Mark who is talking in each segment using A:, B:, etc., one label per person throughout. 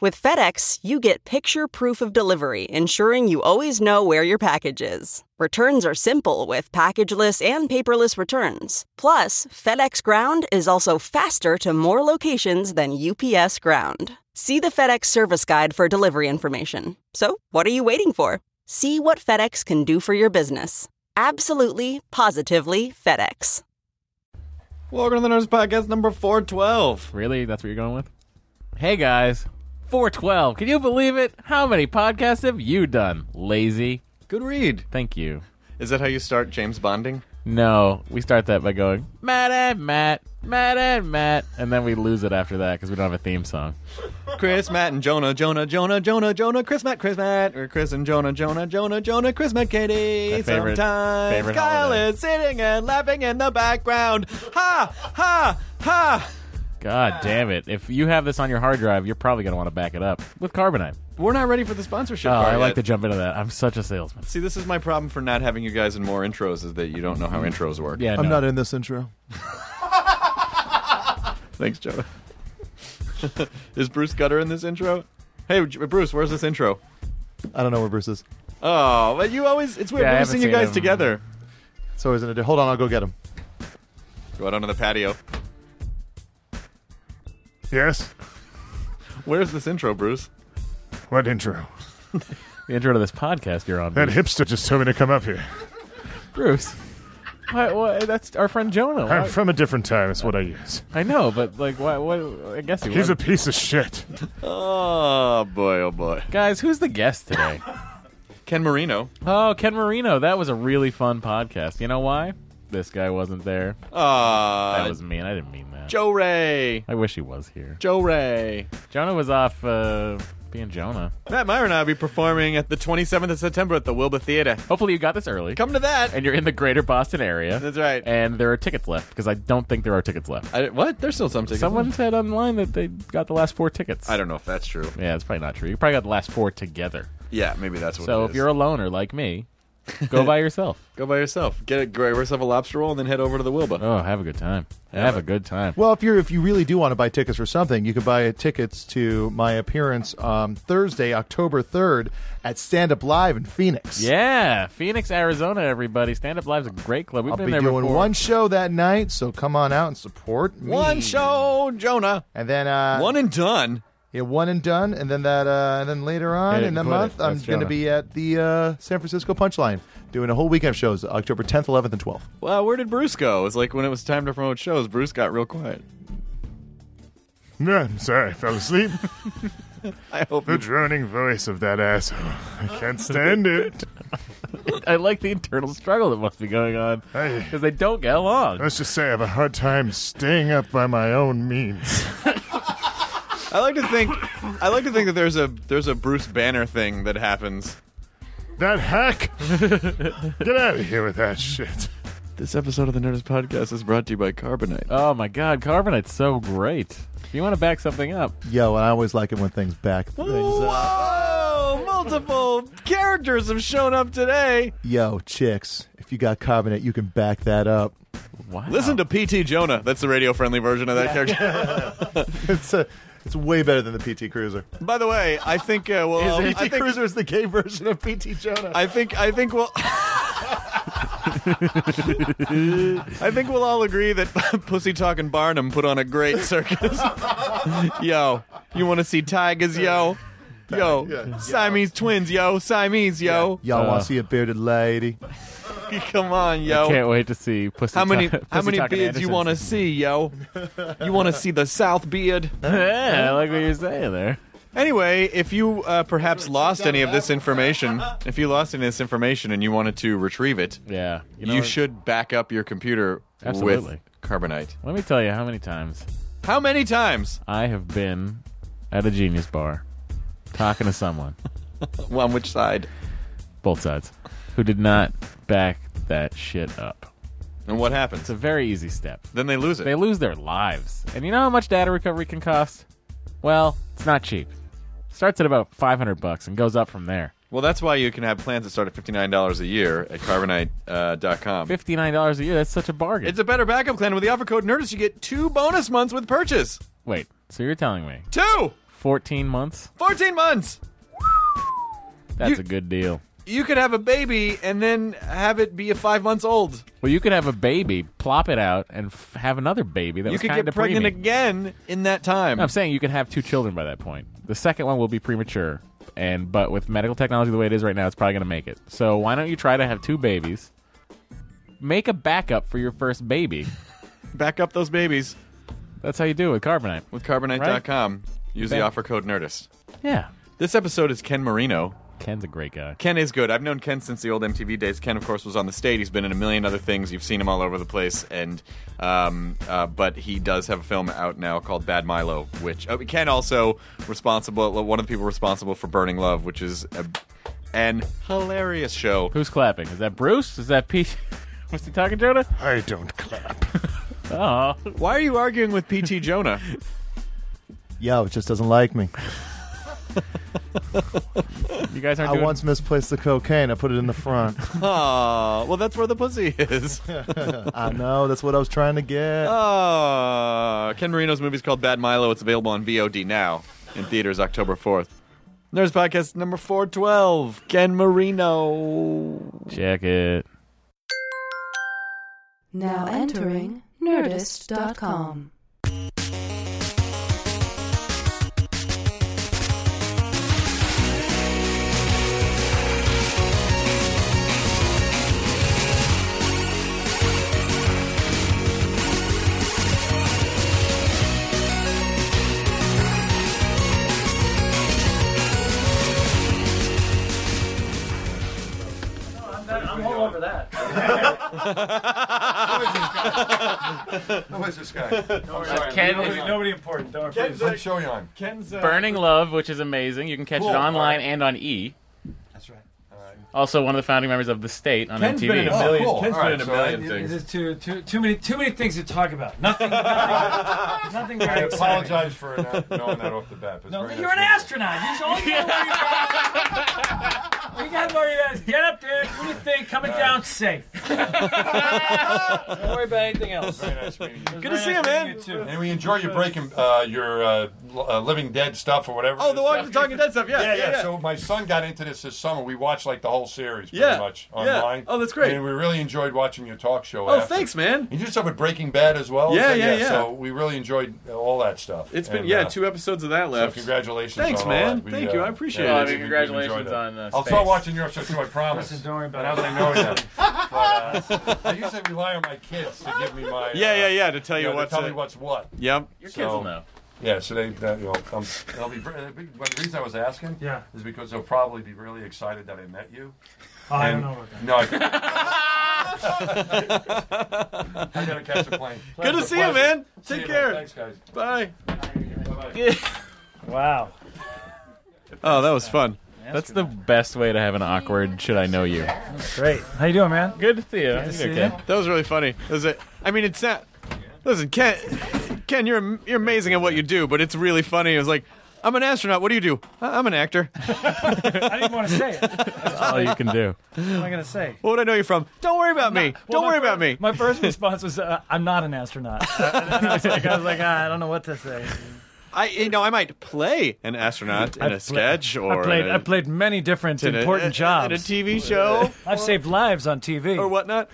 A: With FedEx, you get picture proof of delivery, ensuring you always know where your package is. Returns are simple with packageless and paperless returns. Plus, FedEx Ground is also faster to more locations than UPS Ground. See the FedEx service guide for delivery information. So, what are you waiting for? See what FedEx can do for your business. Absolutely, positively FedEx.
B: Welcome to the Nerds Podcast number 412.
C: Really? That's what you're going with? Hey guys, 412. Can you believe it? How many podcasts have you done? Lazy.
B: Good read.
C: Thank you.
B: Is that how you start James Bonding?
C: No, we start that by going Matt and Matt, Matt and Matt, and then we lose it after that because we don't have a theme song.
B: Chris, Matt, and Jonah, Jonah, Jonah, Jonah, Jonah, Chris, Matt, Chris, Matt, or Chris and Jonah, Jonah, Jonah, Jonah, Chris, Matt, Katie.
C: My favorite-
B: Sometimes
C: favorite
B: Kyle
C: holiday.
B: is sitting and laughing in the background. Ha, ha, ha.
C: God damn it! If you have this on your hard drive, you're probably gonna want to back it up with carbonite.
B: We're not ready for the sponsorship.
C: Oh,
B: part
C: I
B: yet.
C: like to jump into that. I'm such a salesman.
B: See, this is my problem for not having you guys in more intros is that you don't know how intros work.
C: Yeah,
D: I'm
C: no.
D: not in this intro.
B: Thanks, Jonah. is Bruce Gutter in this intro? Hey, J- Bruce, where's this intro?
D: I don't know where Bruce is.
B: Oh, but you always, it's weird.
C: Yeah, I
B: I've never
C: haven't
B: seen you
C: seen
B: guys
C: him.
B: together.
D: It's always in a day. Hold on, I'll go get him.
B: Go out onto the patio.
D: Yes.
B: Where's this intro, Bruce?
D: What intro?
C: the intro to this podcast you're on. Bruce.
D: hipster just told me to come up here.
C: Bruce. Why, why, that's our friend Jonah. Why-
D: from a different time. That's what I use.
C: I know, but like, why, why, I guess he was.
D: piece of shit.
B: Oh boy, oh boy.
C: Guys, who's the guest today?
B: Ken Marino.
C: oh, Ken Marino. That was a really fun podcast. You know why? This guy wasn't there. That
B: Uh,
C: was mean. I didn't mean that.
B: Joe Ray.
C: I wish he was here.
B: Joe Ray.
C: Jonah was off uh, being Jonah.
B: Matt Meyer and I will be performing at the 27th of September at the Wilba Theater.
C: Hopefully, you got this early.
B: Come to that.
C: And you're in the greater Boston area.
B: That's right.
C: And there are tickets left because I don't think there are tickets left.
B: I, what? There's still some tickets.
C: Someone said online that they got the last four tickets.
B: I don't know if that's true.
C: Yeah, it's probably not true. You probably got the last four together.
B: Yeah, maybe that's what.
C: So
B: it
C: if
B: is.
C: you're a loner like me, go by yourself.
B: go by yourself, get a grab yourself a lobster roll, and then head over to the Wilba.
C: Oh, have a good time. Have a good time.
D: Well, if you're if you really do want to buy tickets for something, you can buy tickets to my appearance on Thursday, October 3rd at Stand Up Live in Phoenix.
C: Yeah, Phoenix, Arizona, everybody. Stand Up Live's a great club. We've
D: I'll
C: been
D: be
C: there
D: doing
C: before.
D: one show that night, so come on out and support me.
B: One show, Jonah.
D: and then uh,
B: One and done.
D: Yeah, one and done, and then that, uh, and then later on
C: Hey,
D: in the
C: quit
D: month,
C: it.
D: I'm
C: That's
D: going to
C: Jonah.
D: be at the uh, San Francisco Punchline doing a whole weekend of shows, October 10th, 11th, and 12th.
B: Wow, where did Bruce go? It's like when it was time to promote shows, Bruce got real quiet.
E: No, I'm sorry, I fell asleep.
B: I hope
E: the droning voice of that asshole. I can't stand it.
C: I like the internal struggle that must be going on
E: Hey.
C: because they don't get along.
E: Let's just say I have a hard time staying up by my own means.
B: I like to think I like to think that there's a there's a Bruce Banner thing that happens.
E: That hack! Get out of here with that shit.
B: This episode of the Nerdist Podcast is brought to you by Carbonite.
C: Oh my God, Carbonite's so great. If you want to back something up,
D: Yo, and I always like it when things back things up.
B: Whoa! Multiple characters have shown up today.
D: Yo, chicks, if you got carbonate, you can back that up.
C: wow.
B: Listen to PT Jonah. That's the radio friendly version of that character.
D: It's a, it's way better than the PT Cruiser.
B: By the way, I think uh, well, um,
D: PT
B: I think,
D: Cruiser is the gay version of PT Jonah.
B: I think I think we'll. I think we'll all agree that Pussy Talking Barnum put on a great circus. yo, you want to see tigers, yo? Yo,
D: yeah,
B: Siamese twins, yo, Siamese, yo.
D: Y'all
C: Uh.
D: want to see a bearded lady?
B: Come on, yo.
C: Can't wait to see Pussy
B: How many
C: Talk-
B: how
C: Pussy
B: many
C: Talkin'
B: beards you
C: Andersons.
B: want to see, yo? You want to see the South beard?
C: Yeah, I like what you're saying there.
B: Anyway, if you uh, perhaps lost any of this information, if you lost any of this information and you wanted to retrieve it,
C: Yeah.
B: you,
C: know what?
B: should back up your computer with
C: Absolutely.
B: carbonite.
C: Let me tell you how many times
B: How many times?
C: I have been at a genius bar talking to someone,
B: Well, On which side?
C: both sides, who did not back that shit up.
B: And what happens?
C: It's a very easy step.
B: Then they lose it.
C: They lose their lives. And you know how much data recovery can cost? Well, it's not cheap. Starts at about 500 bucks and goes up from there.
B: well, that's why you can have plans that start at $59 a year at carbonite.com.
C: $59 a year, that's such a bargain.
B: it's a better backup plan. With the offer code NERDIST, you get two bonus months with purchase.
C: Wait, so you're telling me
B: Two!
C: 14 months?
B: 14 months!
C: That's
B: You-
C: a good deal.
B: You could have a baby and then have it be a five months old.
C: Well, you could have a baby, plop it out, and f- have another baby that
B: You
C: was
B: could
C: kind
B: get
C: of
B: pregnant
C: preemie.
B: again in that time.
C: No, I'm saying you could have two children by that point. The second one will be premature, and but with medical technology the way it is right now, it's probably going to make it. So why don't you try to have two babies? Make a backup for your first baby.
B: Back up those babies
C: That's how you do it with carbonite.
B: with carbonite.com. Use the
C: Bam.
B: offer code NERDIST.
C: Yeah,
B: This episode is Ken Marino.
C: Ken's a great guy.
B: Ken is good. I've known Ken since the old MTV days. Ken, of course, was on the state. He's been in a million other things. You've seen him all over the place. And um, uh, but he does have a film out now called Bad Milo, which oh, Ken also responsible one of the people responsible for Burning Love, which is a, an hilarious show.
C: Who's clapping? Is that Bruce? Is that Pete? Was he talking, Jonah?
E: I don't clap.
C: Oh,
B: Why are you arguing with PT Jonah?
D: Yo, it just doesn't like me.
C: you guys aren't
D: I
C: doing.
D: once misplaced the cocaine. I put it in the front.
B: Aw, well, that's where the pussy is.
D: I know. That's what I was trying to get.
B: Uh, Ken Marino's movie is called Bad Milo. It's available on VOD now in theaters October 4th. Nerds Podcast number 412, Ken Marino.
C: Check it.
F: Now entering Nerdist.com.
E: Who is this guy?
C: Ken
E: important. Don't Get the show you on.
B: Ken's, uh,
C: Burning Love, which is amazing. You can catch it online and on E.
G: That's right.
C: Also, one of the founding members of the state on
B: Ken's
C: MTV.
B: been in a million,
E: cool.
B: Ken's
E: All
B: been in a
E: right, so
B: million
G: It-
B: things.
G: There's too, too, too many too many things to talk about. Nothing. nothing, nothing
E: I
G: very exciting.
E: apologize for not knowing that off the bat. It's
G: No,
E: very
G: you're an
E: nice.
G: astronaut. You should only know where you are. You gotta worry about is get up there, do your thing, coming down safe. Don't worry about anything else. Good
E: Very nice meeting you.
B: to see you, man.
G: too.
E: And we enjoy your breaking, uh, your uh, l- uh, Living Dead stuff or whatever.
B: Oh, the Walking
E: Walking
B: Talking Dead stuff. Yeah,
E: Yeah, yeah, So my son got into this this summer. We watched like the whole series pretty
B: Yeah,
E: much
B: yeah.
E: online.
B: Oh, that's great.
E: And we really enjoyed watching your talk show.
B: oh,
E: after.
B: thanks, man.
E: You did stuff with Breaking Bad as well.
B: Yeah,
E: So,
B: yeah, yeah.
E: So we really enjoyed uh, all that stuff.
B: It's been,
E: And,
B: yeah,
E: uh,
B: two episodes of that
E: So
B: left.
E: congratulations.
B: Thanks,
E: on all
B: man.
E: that. We,
B: Thank
E: uh,
B: you. I appreciate
C: Well, I
B: it.
C: mean,
E: we- we
C: congratulations
E: enjoyed it.
C: on, uh,
E: I'll
C: Space.
E: start watching your show too. I promise.
G: Listen, don't worry about
E: And I don't know that. But, uh, I usually rely on my kids to give me my.
B: yeah,
E: uh,
B: yeah, yeah, to tell you
E: you know, to
B: what's.
E: tell
B: uh,
E: me what's what.
B: Yep.
C: Your kids
E: So-
C: will know.
E: Yeah, so they, that, you know, um, they'll be. ver- The big- the reason I was asking
G: Yeah.
E: is because they'll probably be really excited that I met you.
G: Oh, I don't know about that.
E: No, I, I gotta catch a plane.
B: Good to see you, man.
E: See
B: Take
E: you,
B: care.
E: Thanks, guys.
B: Bye.
G: Wow.
B: Oh, that was fun.
C: That's the best way to have an awkward should I know you.
G: Great. How you doing, man?
C: Good to see you.
G: see
C: okay.
G: you.
B: That was really funny. That was it. I mean, it's not. Listen, Ken, Ken, you're am- you're amazing at what you do, but it's really funny. It was like, I'm an astronaut. What do you do? "I- I'm an actor.
G: I didn't want to say it. What
C: That's all you can do.
G: am I gonna say?
B: What would I know you from? Don't worry about me.
G: Well,
B: Don't
G: my
B: worry
G: fir-
B: about me.
G: My first response was, uh, "I'm not an astronaut." and I was like, I, was like ah, I don't know what to say.
B: I you know I might play an astronaut in
G: I
B: a
G: pla-
B: sketch or
G: I played,
B: in a-
G: I played many different
B: in a-
G: important jobs.
B: in a TV show
G: I've saved lives on TV.
B: or whatnot.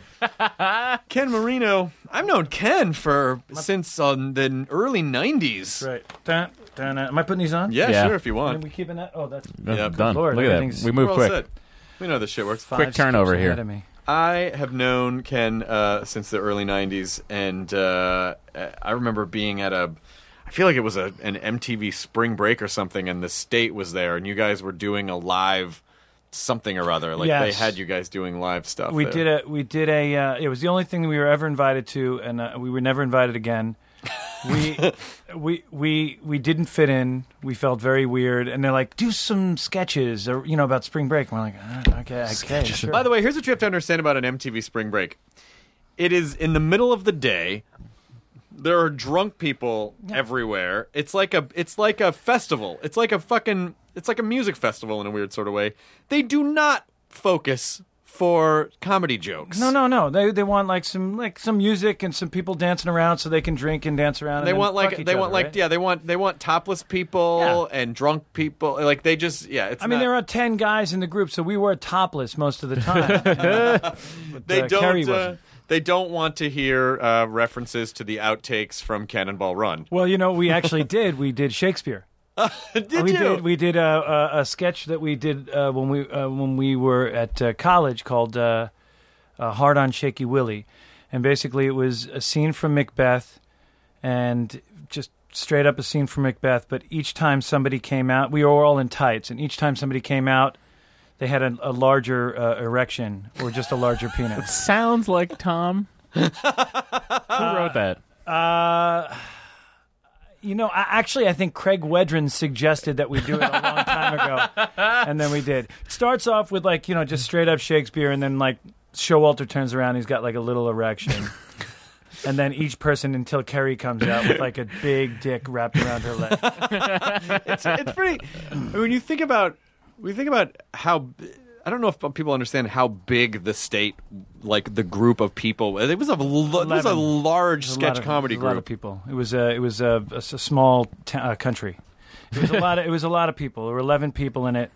B: Ken Marino. I've known Ken for since um, the early '90s.
G: Right. Dun, dun, dun. Am I putting these on?
B: Yeah,
C: Yeah.
B: sure if you
G: Are
B: want.
G: we keeping that? Oh, that's
B: Yeah,
C: done.
G: Lord,
C: Look at that.
G: everything's-
C: We move
B: We're all
C: quick.
B: set. We know this shit works.
G: five
C: Quick turnover
G: steps
C: here.
G: ahead of me.
B: I have known Ken uh, since the early '90s, and uh, I remember being at a. I feel like it was a an MTV Spring Break or something, and the state was there, and you guys were doing a live something or other. Like
G: Yes.
B: they had you guys doing live stuff.
G: We
B: there.
G: did a we did a uh, it was the only thing that we were ever invited to and uh, we were never invited again. we we we we didn't fit in. We felt very weird and they're like do some sketches or you know about spring break. And we're like ah, okay, okay. Sure.
B: By the way, here's what you have to understand about an MTV Spring Break. It is in the middle of the day. There are drunk people everywhere. It's like a it's like a festival. It's like a fucking it's like a music festival in a weird sort of way. They do not focus for comedy jokes.
G: No, no, no. They they want like some like some music and some people dancing around so they can drink and dance around. and
B: They
G: then
B: want like
G: fuck each
B: they
G: other,
B: want
G: right?
B: like yeah, they want they want topless people and drunk people. Like they just yeah, it's
G: I mean,
B: not-
G: there are ten guys in the group, so we were topless most of the time. But,
B: they
G: uh, Carrie
B: don't uh,
G: wasn't.
B: they don't want to hear uh, references to the outtakes from Cannonball Run.
G: Well, you know, we actually did. We did Shakespeare.
B: Uh, Did
G: we
B: you?
G: did we did a, a, a sketch that we did uh, when we uh, when we were at uh, college called uh, uh, "Hard on Shaky Willie," and basically it was a scene from Macbeth, and just straight up a scene from Macbeth. But each time somebody came out, we were all in tights, and each time somebody came out, they had a, a larger uh, erection or just a larger penis.
C: Sounds like Tom. Who wrote that?
G: Uh, you know, I, actually, I think Craig Wedren suggested that we do it a long time ago, and then we did. It starts off with like you know just straight up Shakespeare, and then like Showalter turns around, he's got like a little erection. And then each person until Carrie comes out with like a big dick wrapped around her leg.
B: it's pretty. When you think about, we think about how. b- I don't know if people understand how big the state, like the group of people. It was a l- it was a
G: Eleven.
B: large
G: There's a
B: sketch
G: lot of-
B: comedy
G: there's A lot
B: group.
G: of people. It was a it was a, a s- a small t- uh, country. It was a lot. Of, it was a lot of people. There were eleven people in it,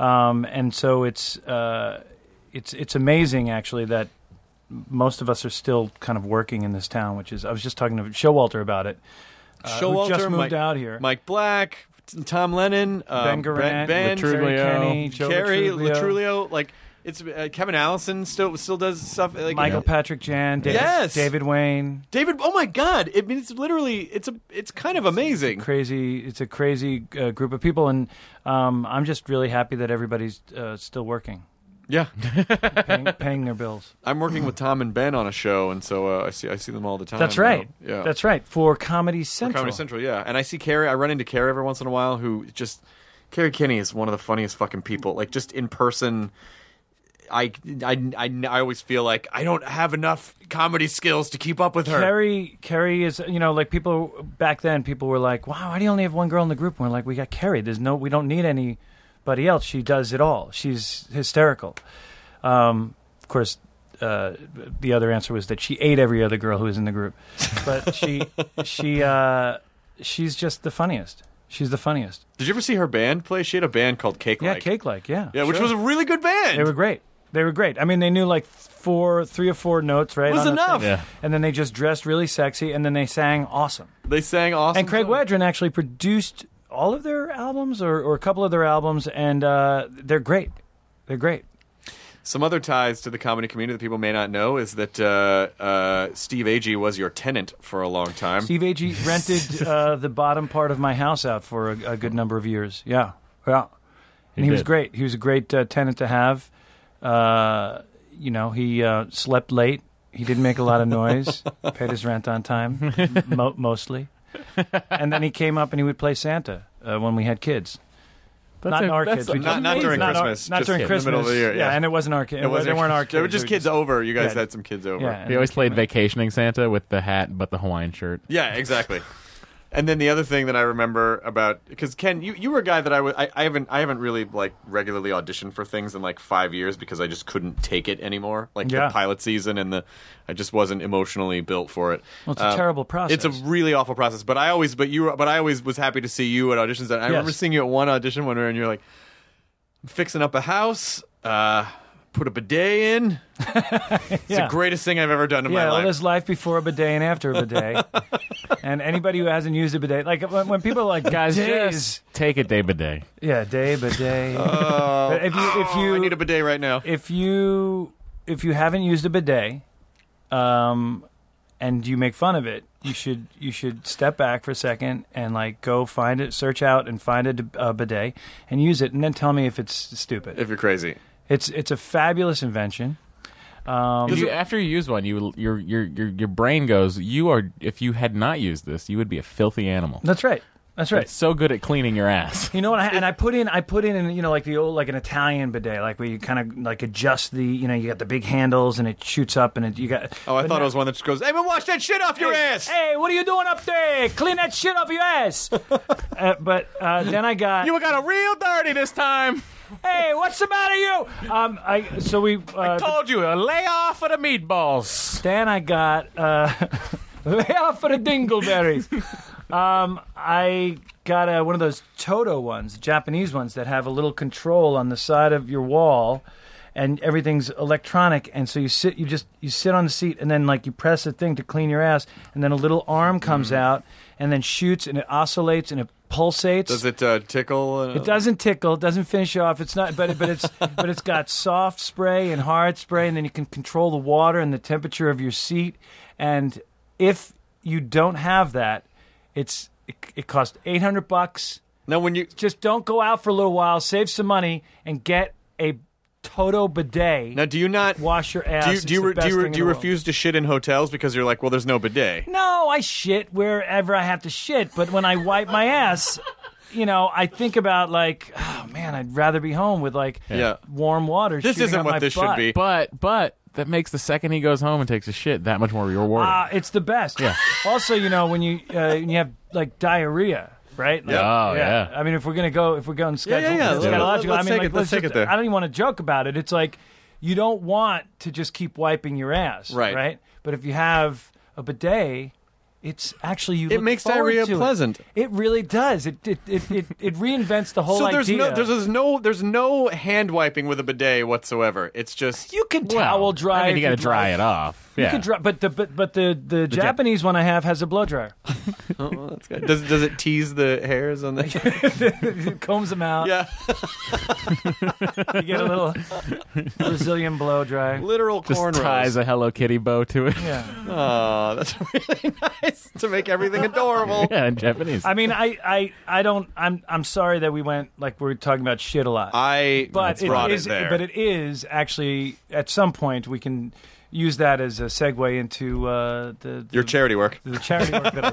G: um, and so it's uh, it's it's amazing actually that most of us are still kind of working in this town. Which is I was just talking to Showalter about it. uh, who
B: Showalter,
G: just moved
B: Mike,
G: out here.
B: Mike Black, t- Tom Lennon, um,
G: ben Garant,
B: Ben,
C: Latrulio.
G: Terry Kenny, Joe
B: Carrie
G: Latrulio,
B: Latrulio. Like it's uh, Kevin Allison still still does stuff. Like,
G: Michael Patrick Jan, David,
B: Yes!
G: David Wayne.
B: David. Oh my God! It mean, it's literally it's a it's kind of amazing.
G: crazy it's a crazy uh, group of people and um, i'm just really happy that everybody's uh, still working
B: Yeah,
G: paying, paying their bills
B: I'm working with Tom and Ben on a show, and so uh, I see I see them all the time.
G: that's right
B: now. Yeah,
G: that's right for comedy central,
B: Comedy Central, yeah. And I see Carrie. I run into Carrie every once in a while. Who just Carrie Kinney is one of the funniest fucking people. Like just in person, I I I, I always feel like I don't have enough comedy skills to keep up with her.
G: Carrie, Carrie is you know like people back then. People were like, "Wow, why do you only have one girl in the group?" And we're like, "We got Carrie. There's no, we don't need anybody else. She does it all. She's hysterical." Um, of course, uh, the other answer was that she ate every other girl who was in the group, but she she uh, she's just the funniest. She's the funniest.
B: Did you ever see her band play? She had a band called Cake
G: Yeah,
B: Like.
G: cake like yeah.
B: Yeah, which
G: sure.
B: was a really good band.
G: They were great. They were great. I mean, they knew like four, three or four notes, right?
B: It was
G: on a thing.
B: enough.
C: Yeah.
G: And then they just dressed really sexy, and then they sang awesome.
B: They sang awesome.
G: And Craig
B: songs.
G: Wedren actually produced all of their albums or, or a couple of their albums, and uh, they're great. They're great.
B: Some other ties to the comedy community that people may not know is that uh, uh, Steve Agee was your tenant for a long time.
G: Steve Agee rented uh, the bottom part of my house out for a, a good number of years. Yeah, yeah. And he, was
C: did.
G: great. He was a great uh, tenant to have. Uh, you know, he uh, slept late. He didn't make a lot of noise. paid his rent on time, mo- mostly. And then he came up and he would play Santa uh, when we had kids.
C: That's
G: not
C: a-
G: in our
C: that's
G: kids.
C: a-
G: We
B: Not-
G: just-
B: not during
G: our-
B: Christmas,
G: Not
B: just
G: during
B: in the
G: Christmas.
B: middle of the year, yeah.
G: and it wasn't our kids.
B: It wasn't-
G: They weren't our kids.
B: They were just
G: They
B: kids over. You guys
G: Yeah.
B: had some kids over.
G: Yeah.
C: He always played vacationing Santa with the hat, but the Hawaiian shirt.
B: Yeah, exactly. And then the other thing that I remember about because Ken, you, you were a guy that I was I, I haven't I haven't really like regularly auditioned for things in like five years because I just couldn't take it anymore. Like
G: Yeah.
B: the pilot season and the I just wasn't emotionally built for it. Um,
G: Well, it's a terrible process.
B: uh, It's a really awful process. But I always but you were- but I always was happy to see you at auditions. And I remember
G: Yes.
B: seeing you at one audition one where and you're like I'm fixing up a house, uh, put a bidet in. It's
G: Yeah.
B: the greatest thing I've ever done in
G: yeah,
B: my
G: well,
B: life.
G: there's life before a bidet and after a bidet. and anybody who hasn't used a bidet, like when, when people are like,
C: Guys,
G: "Bidets."
C: just take it day by day.
G: yeah, day bidet.
B: Oh,
G: But if you if you
B: I need a bidet right now.
G: if you if you haven't used a bidet, um, and you make fun of it, you should you should step back for a second and like go find it, search out and find a, d- a bidet and use it, and then tell me if it's stupid.
B: If you're crazy,
G: it's it's a fabulous invention.
B: Um,
C: If you- after you use one, you your your your your brain goes. You are if you had not used this, you would be a filthy animal.
G: That's right. That's right.
C: It's so good at cleaning your ass.
G: You know what? I, and I put in, I put in, you know, like the old, like an Italian bidet, like where you kind of like adjust the, you know, you got the big handles and it shoots up and it, you got.
B: oh, I
G: but
B: thought
G: no-
B: it was one that just goes, "Hey, man, wash that shit off your ass."
G: Hey, what are you doing up there? Clean that shit off your ass. uh, but uh, then I got.
C: You got a real dirty this time.
G: hey, what's the matter, you? Um, I so we. Uh,
C: Told you a layoff of the meatballs.
G: then I got uh, lay off for the dingleberries. um, I got uh one of those Toto ones, Japanese ones that have a little control on the side of your wall, and everything's electronic. And so you sit, you just you sit on the seat, and then like you press the thing to clean your ass, and then a little arm comes out, and then shoots, and it oscillates, and it pulsates.
B: Does it uh, tickle? Uh,
G: It doesn't tickle, doesn't finish off. It's not, but but it's but it's got soft spray and hard spray, and then you can control the water and the temperature of your seat. And if you don't have that, it's it, it costs eight hundred bucks.
B: Now, when you
G: Just don't go out for a little while, save some money, and get a Toto bidet.
B: now, do you not
G: Wash your ass.
B: Do you
G: It's
B: do you,
G: the
B: re- do
G: best
B: you, re-
G: thing in
B: do you
G: the world.
B: refuse to shit in hotels because you're like, well, there's no bidet?
G: No, I shit wherever I have to shit, but when I wipe my ass, you know, I think about like, oh man, I'd rather be home with like
B: Yeah.
G: warm water.
B: This
G: shooting
B: isn't
G: up
B: what
G: my
B: this should
G: butt.
B: be.
C: But but that makes the second he goes home and takes a shit that much more rewarding.
G: Ah, it's the best. Yeah. Also, you know, when you uh, when you have like diarrhea, right? Like,
C: Yeah. Oh, yeah.
G: I mean, if we're gonna go, if we're going schedule,
B: yeah, yeah.
G: it's
B: Let's do it.
G: scatological. I
B: Let's
G: mean,
B: take
G: like,
B: it- let's take
G: just-
B: it there.
G: I don't even want to joke about it. It's like you don't want to just keep wiping your ass,
B: Right.
G: Right. But if you have a bidet. It's actually you.
B: It
G: look
B: makes
G: forward
B: diarrhea
G: to it.
B: pleasant.
G: It. really does. It it, it, it, it reinvents the whole
B: so
G: idea.
B: there's no there's, there's no there's no hand wiping with a bidet whatsoever. It's just
G: you can
C: Well,
G: towel dry.
C: I mean, you
G: got
C: gotta dry it off.
G: You
C: yeah.
G: can dry, but the but, but the, the, Japanese one I have has a blow dryer.
B: does does it tease the hairs on the
G: It combs them out.
B: yeah
G: You get a little Brazilian blow dry.
B: literal
C: Just ties
B: cornrows.
C: a Hello Kitty bow to it. Yeah,
G: Yeah.
B: Aw, that's really nice to make everything adorable.
C: in Japanese.
G: I mean, I, I, I don't. I'm, I'm sorry that we went like we are talking about shit a lot.
B: I
G: but it
B: brought
G: is,
B: it there.
G: but it is actually at some point we can use that as a segue into uh, the, the
B: your charity work.
G: the charity work that I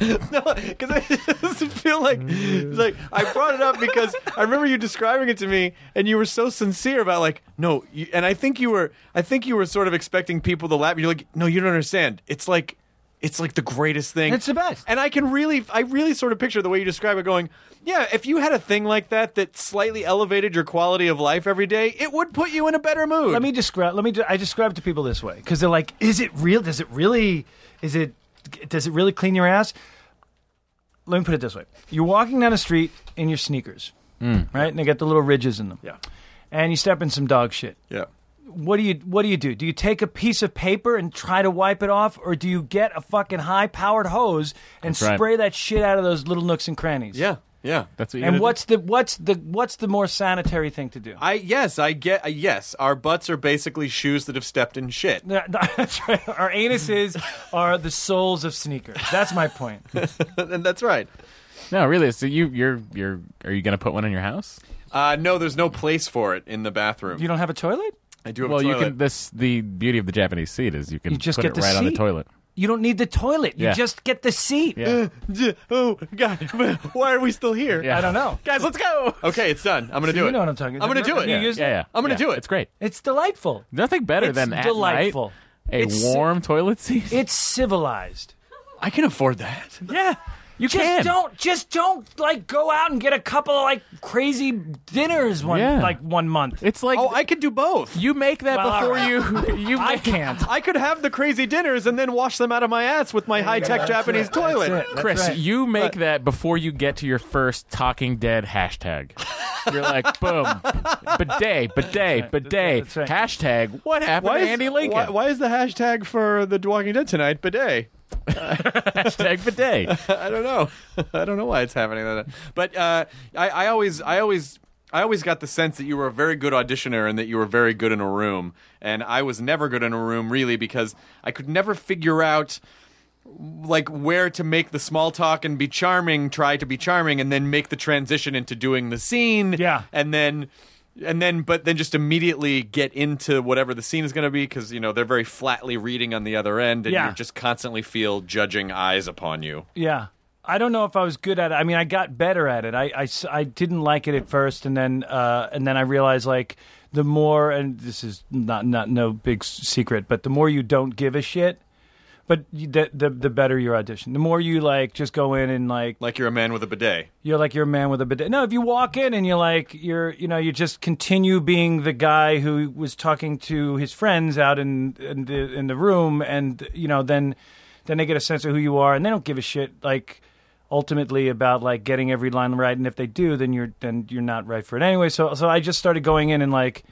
G: did.
B: because I just feel like it's like I brought it up because I remember you describing it to me, and you were so sincere about like no, you, and I think you were I think you were sort of expecting people to laugh. You're like, no, you don't understand. It's like it's like the greatest thing.
G: It's the best.
B: And I can really I really sort of picture the way you describe it going. Yeah, if you had a thing like that that slightly elevated your quality of life every day, it would put you in a better mood.
G: Let me describe. Let me. de- I describe to people this way because they're like, "Is it real? Does it really? Is it? Does it really clean your ass?" Let me put it this way: You're walking down the street in your sneakers, right? And they got the little ridges in them.
B: Mm. Yeah.
G: And you step in some dog shit.
B: yeah.
G: What do you What do you do? Do you take a piece of paper and try to wipe it off, or do you get a fucking high powered hose and
C: right.
G: spray that shit out of those little nooks and crannies?
B: Yeah. Yeah.
C: That's what you
G: And
C: gotta do.
G: what's the what's the what's the more sanitary thing to do?
B: I yes, I get uh, yes. Our butts are basically shoes that have stepped in shit.
G: Yeah, That's right. Our anuses are the soles of sneakers. That's my point.
B: and that's right.
C: no really? So you you're you're are you gonna put one in your house?
B: Uh, no, there's no place for it in the bathroom.
G: You don't have a toilet?
B: I do have
C: well,
B: a
C: you
B: toilet.
C: can. This the beauty of the Japanese seat is you can
G: You just
C: put
G: get
C: it
G: the
C: right on the
G: seat.
C: toilet.
G: You don't need the toilet. You
C: Yeah.
G: just get the seat.
C: Yeah.
B: D- oh God, why are we still here?
C: Yeah.
G: I don't know.
B: guys, let's go. Okay, it's done. I'm gonna do
G: you
B: it.
G: know what I'm talking
B: I'm gonna
G: about.
B: do it.
G: You use-
C: Yeah, yeah.
B: I'm gonna
C: Yeah,
B: do it.
C: It's great.
G: It's delightful.
C: Nothing better
G: It's
C: than at
G: delightful.
C: night, a
G: It's-
C: warm toilet seat.
G: It's civilized.
B: I can afford that.
G: Yeah. You just
C: can.
G: don't just don't like go out and get a couple of like crazy dinners one
C: Yeah.
G: like one month.
C: It's like
B: Oh, I could do both.
C: you make that
G: Well,
C: before
G: all
C: you you
G: I
C: make
G: can't.
B: I could have the crazy dinners and then wash them out of my ass with my high tech Japanese toilet.
G: That's it. That's
C: Chris,
G: right.
C: you make that before you get to your first Talking Dead hashtag. You're like, boom, bidet, bidet, bidet,
G: That's right.
C: hashtag. What happened
B: Why
C: to
B: is,
C: Andy Lincoln?
B: Why, why is the hashtag for the Walking Dead tonight bidet?
C: Hashtag bidet.
B: I don't know. I don't know why it's happening. But uh, I, I always, I always, I always got the sense that you were a very good auditioner and that you were very good in a room. And I was never good in a room, really, because I could never figure out like where to make the small talk and be charming, try to be charming, and then make the transition into doing the scene.
G: Yeah.
B: and then and then but then just immediately get into whatever the scene is going to be because you know they're very flatly reading on the other end, and
G: Yeah.
B: you just constantly feel judging eyes upon you.
G: Yeah. I don't know if I was good at it. I mean, I got better at it. I, I s- I didn't like it at first, and then uh, and then I realized like the more and this is not not no big s- secret, but the more you don't give a shit, but you, the, the the better your audition. The more you like just go in and like
B: Like you're a man with a bidet.
G: you're like you're a man with a bidet. No, if you walk in and you're like you're you know you just continue being the guy who was talking to his friends out in in the in the room, and you know then then they get a sense of who you are, and they don't give a shit like ultimately about like getting every line right, and if they do, then you're then you're not right for it anyway. So so I just started going in and like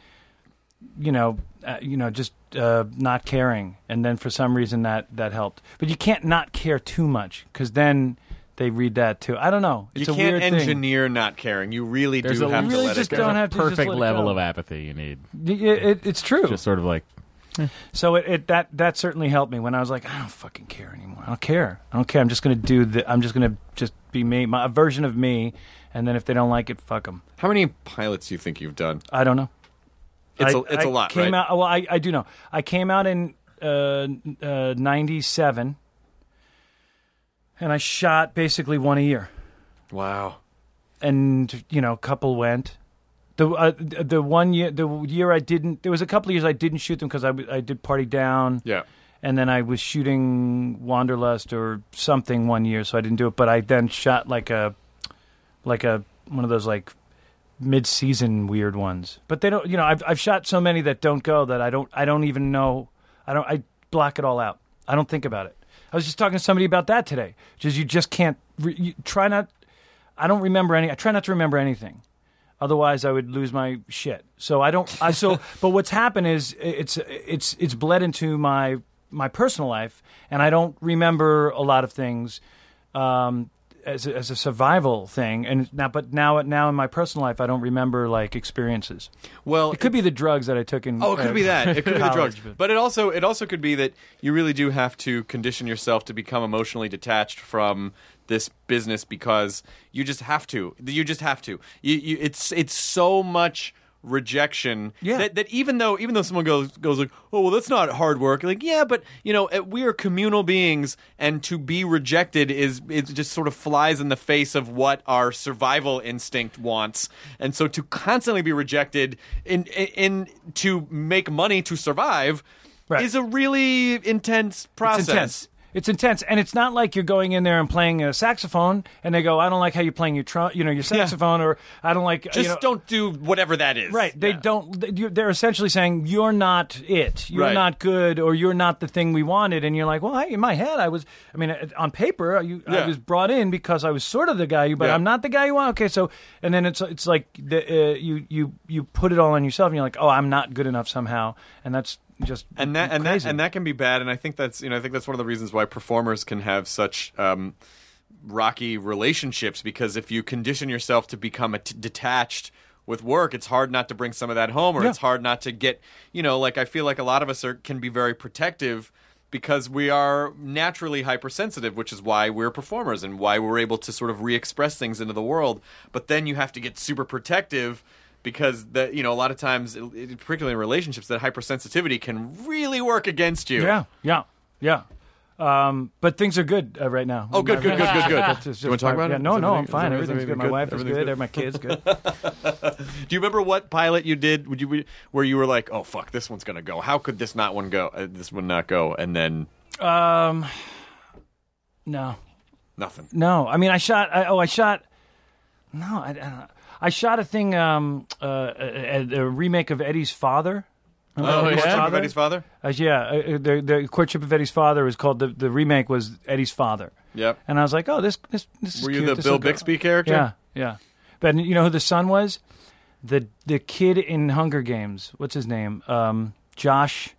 G: you know uh, you know just uh, not caring, and then for some reason that that helped. But you can't not care too much because then. They read that too. I don't know. It's
B: you
G: a
B: can't
G: weird thing.
B: engineer not caring. You really
C: There's
B: do
C: a
B: have
G: really
B: to let
G: just
B: it go.
G: don't have to just
C: perfect
G: let it
C: level
G: go.
C: of apathy you need.
G: Y- It, it, it's true.
C: Just sort of like
G: so it, it that that certainly helped me when I was like, I don't fucking care anymore. I don't care. I don't care. I'm just gonna do the. I'm just gonna just be me, my a version of me. And then if they don't like it, fuck them.
B: How many pilots do you think you've done?
G: I don't know.
B: It's
G: I-
B: a it's
G: I
B: a lot,
G: Came
B: right?
G: out. Well, I, I do know. I came out in uh, uh, '97, and I shot basically one a year.
B: wow.
G: and you know, a couple went. The uh, the one year the year I didn't there was a couple of years I didn't shoot them because I, w- I did Party Down
B: Yeah.
G: and then I was shooting Wanderlust or something one year so I didn't do it but I then shot like a like a one of those like mid season weird ones but they don't you know I've I've shot so many that don't go that I don't I don't even know I don't I block it all out I don't think about it I was just talking to somebody about that today just you just can't re- you try not I don't remember any. I try not to remember anything, otherwise I would lose my shit. So I don't. I so. but what's happened is it's it's it's bled into my my personal life, and I don't remember a lot of things. Um, as a, as a survival thing, and now, but now, now in my personal life, I don't remember like experiences.
B: Well,
G: It could be the drugs that I took in.
B: Oh, it could
G: uh,
B: be that. It could be the drugs.
G: college, but-
B: But it also it also could be that you really do have to condition yourself to become emotionally detached from this business because you just have to. You just have to. You, you, it's it's so much rejection
G: Yeah.
B: that, that even though even though someone goes goes like oh well that's not hard work like yeah but you know eh, we are communal beings and to be rejected is it just sort of flies in the face of what our survival instinct wants and so to constantly be rejected in in, in to make money to survive
G: Right.
B: is a really intense process
G: It's intense. It's intense, and it's not like you're going in there and playing a saxophone, and they go, "I don't like how you're playing your tru- you know, your saxophone," or "I don't like."
B: just
G: you know,
B: don't do whatever that is
G: Right. They don't. they- you- They're essentially saying you're not it. You're
B: Right.
G: not good, or you're not the thing we wanted. And you're like, well, I, in my head, I was. I mean, uh, on paper, you,
B: Yeah.
G: I was brought in because I was sort of the guy you, but
B: Yeah.
G: I'm not the guy you want. Okay, so and then it's it's like the, uh, you you you put it all on yourself, and you're like, oh, I'm not good enough somehow, and that's just
B: and that and
G: crazy.
B: that and that can be bad. And I think that's you know I think that's one of the reasons why performers can have such um, rocky relationships because if you condition yourself to become a t- detached with work, it's hard not to bring some of that home, or
G: Yeah.
B: it's hard not to get you know like I feel like a lot of us are can be very protective. Because we are naturally hypersensitive, which is why we're performers and why we're able to sort of re-express things into the world. But then you have to get super protective because that you know a lot of times it- it- particularly in relationships that hypersensitivity can really work against you
G: Yeah, yeah, yeah. Um, but things are good uh, right now.
B: Oh, good, good, good, good, good.
G: That's just-
B: Do you want to talk about
G: yeah,
B: it?
G: No,
B: Is
G: no, I'm
B: everything-
G: fine.
B: is
G: Everything's good.
B: everything
G: My
B: good?
G: wife is
B: Everything's
G: good.
B: good?
G: My kids good.
B: do you remember what pilot you did would you where you were like oh fuck this one's gonna go how could this not one go uh, this one not go and then
G: um, no,
B: nothing
G: no. I mean, I shot. I, oh, I shot. No, I, I don't. know. I shot a thing. Um, uh, a, a- a remake of Eddie's Father.
B: Oh,
G: Eddie's
B: Courtship of
G: Father?
B: Eddie's father
G: Uh, yeah, uh, uh, the, the courtship of Eddie's father was called the, the remake was Eddie's father,
B: yep
G: and I was like, oh, this this this is
B: were you
G: cute.
B: the
G: This'll
B: bill
G: go.
B: bixby character
G: Yeah, yeah. But you know who the son was? The the kid in Hunger Games. What's his name? Um, Josh.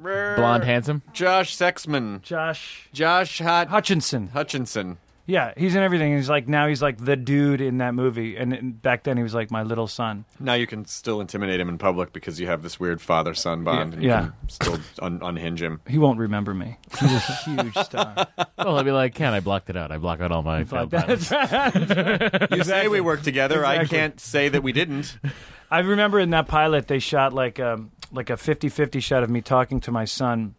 B: Brrr.
C: blonde handsome.
B: josh sexman
G: Josh
B: josh hot
G: Hutchinson.
B: hutchinson
G: Yeah, he's in everything. He's like now he's like the dude in that movie, and, and back then he was like my little son.
B: Now you can still intimidate him in public because you have this weird father son bond. and
G: yeah.
B: you can still un- unhinge him.
G: He won't remember me. He's a huge star.
C: Well, I'll be like, Ken, I blocked it out. I block out all my. failed pilots."
G: That's
B: You say we worked together. I
G: Exactly.
B: can't say that we didn't.
G: I remember in that pilot they shot like um like a 50-50 shot of me talking to my son,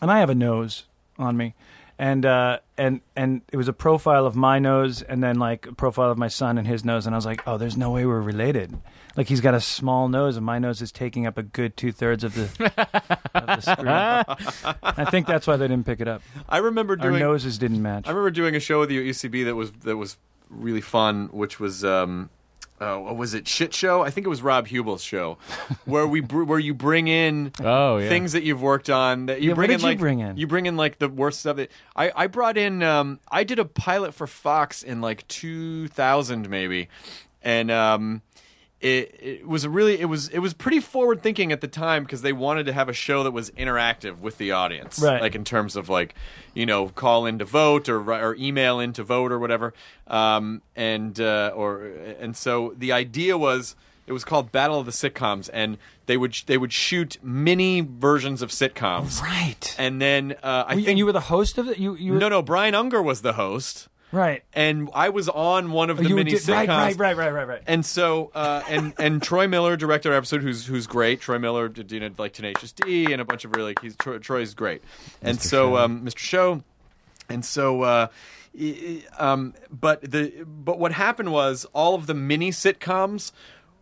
G: and I have a nose on me, and uh, and and it was a profile of my nose and then like a profile of my son and his nose, and I was like, oh, there's no way we're related. Like he's got a small nose, and my nose is taking up a good two thirds of the of the screen. I think that's why they didn't pick it up.
B: I remember
G: Our
B: doing.
G: noses didn't match.
B: I remember doing a show with you at UCB that was that was really fun, which was um, uh, what was it? Shit show. I think it was Rob Hubel's show, where we br- where you bring in
C: Oh, yeah.
B: things that you've worked on that you
G: Yeah, what
B: bring in
G: did you
B: like
G: bring in?
B: you bring in like the worst stuff that I I brought in. Um, I did a pilot for Fox in like 2000 maybe, and um. It, it was a really it was it was pretty forward thinking at the time because they wanted to have a show that was interactive with the audience
G: Right.
B: like in terms of like you know call in to vote or or email in to vote or whatever um, and uh, or and so the idea was it was called Battle of the Sitcoms and they would they would shoot mini versions of sitcoms
G: right. And,
B: and then uh, I
G: you,
B: think
G: and you were the host of it. You you were,
B: no no Brian Unger was the host
G: right. Oh,
B: and I was on one of the
G: you
B: mini
G: did-
B: sitcoms
G: right right right right right right.
B: and so uh, and and Troy Miller directed our episode, who's who's great. Troy Miller did you know like Tenacious D and a bunch of really he's Troy, Troy's great. And so um, Mr. Show, and so. Uh, i- i- um, but the but what happened was all of the mini sitcoms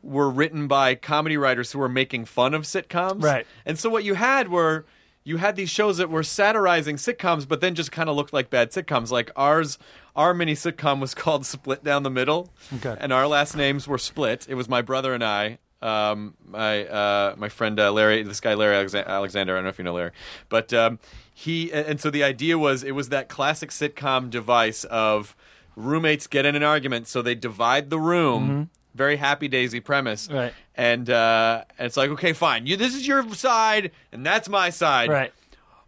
B: were written by comedy writers who were making fun of sitcoms,
G: Right.
B: And so what you had were you had these shows that were satirizing sitcoms, but then just kind of looked like bad sitcoms. Like ours, our mini sitcom was called Split Down the Middle,
G: Okay.
B: and our last names were Split. It was my brother and I. Um, my uh, my friend uh, Larry, this guy Larry Alexa- Alexander. I don't know if you know Larry, but um, he and- and so the idea was it was that classic sitcom device of roommates get in an argument, so they divide the room. Very happy Daisy premise,
G: Mm-hmm. Right.
B: And uh, and it's like, okay, fine. You, this is your side, and that's my side.
G: right.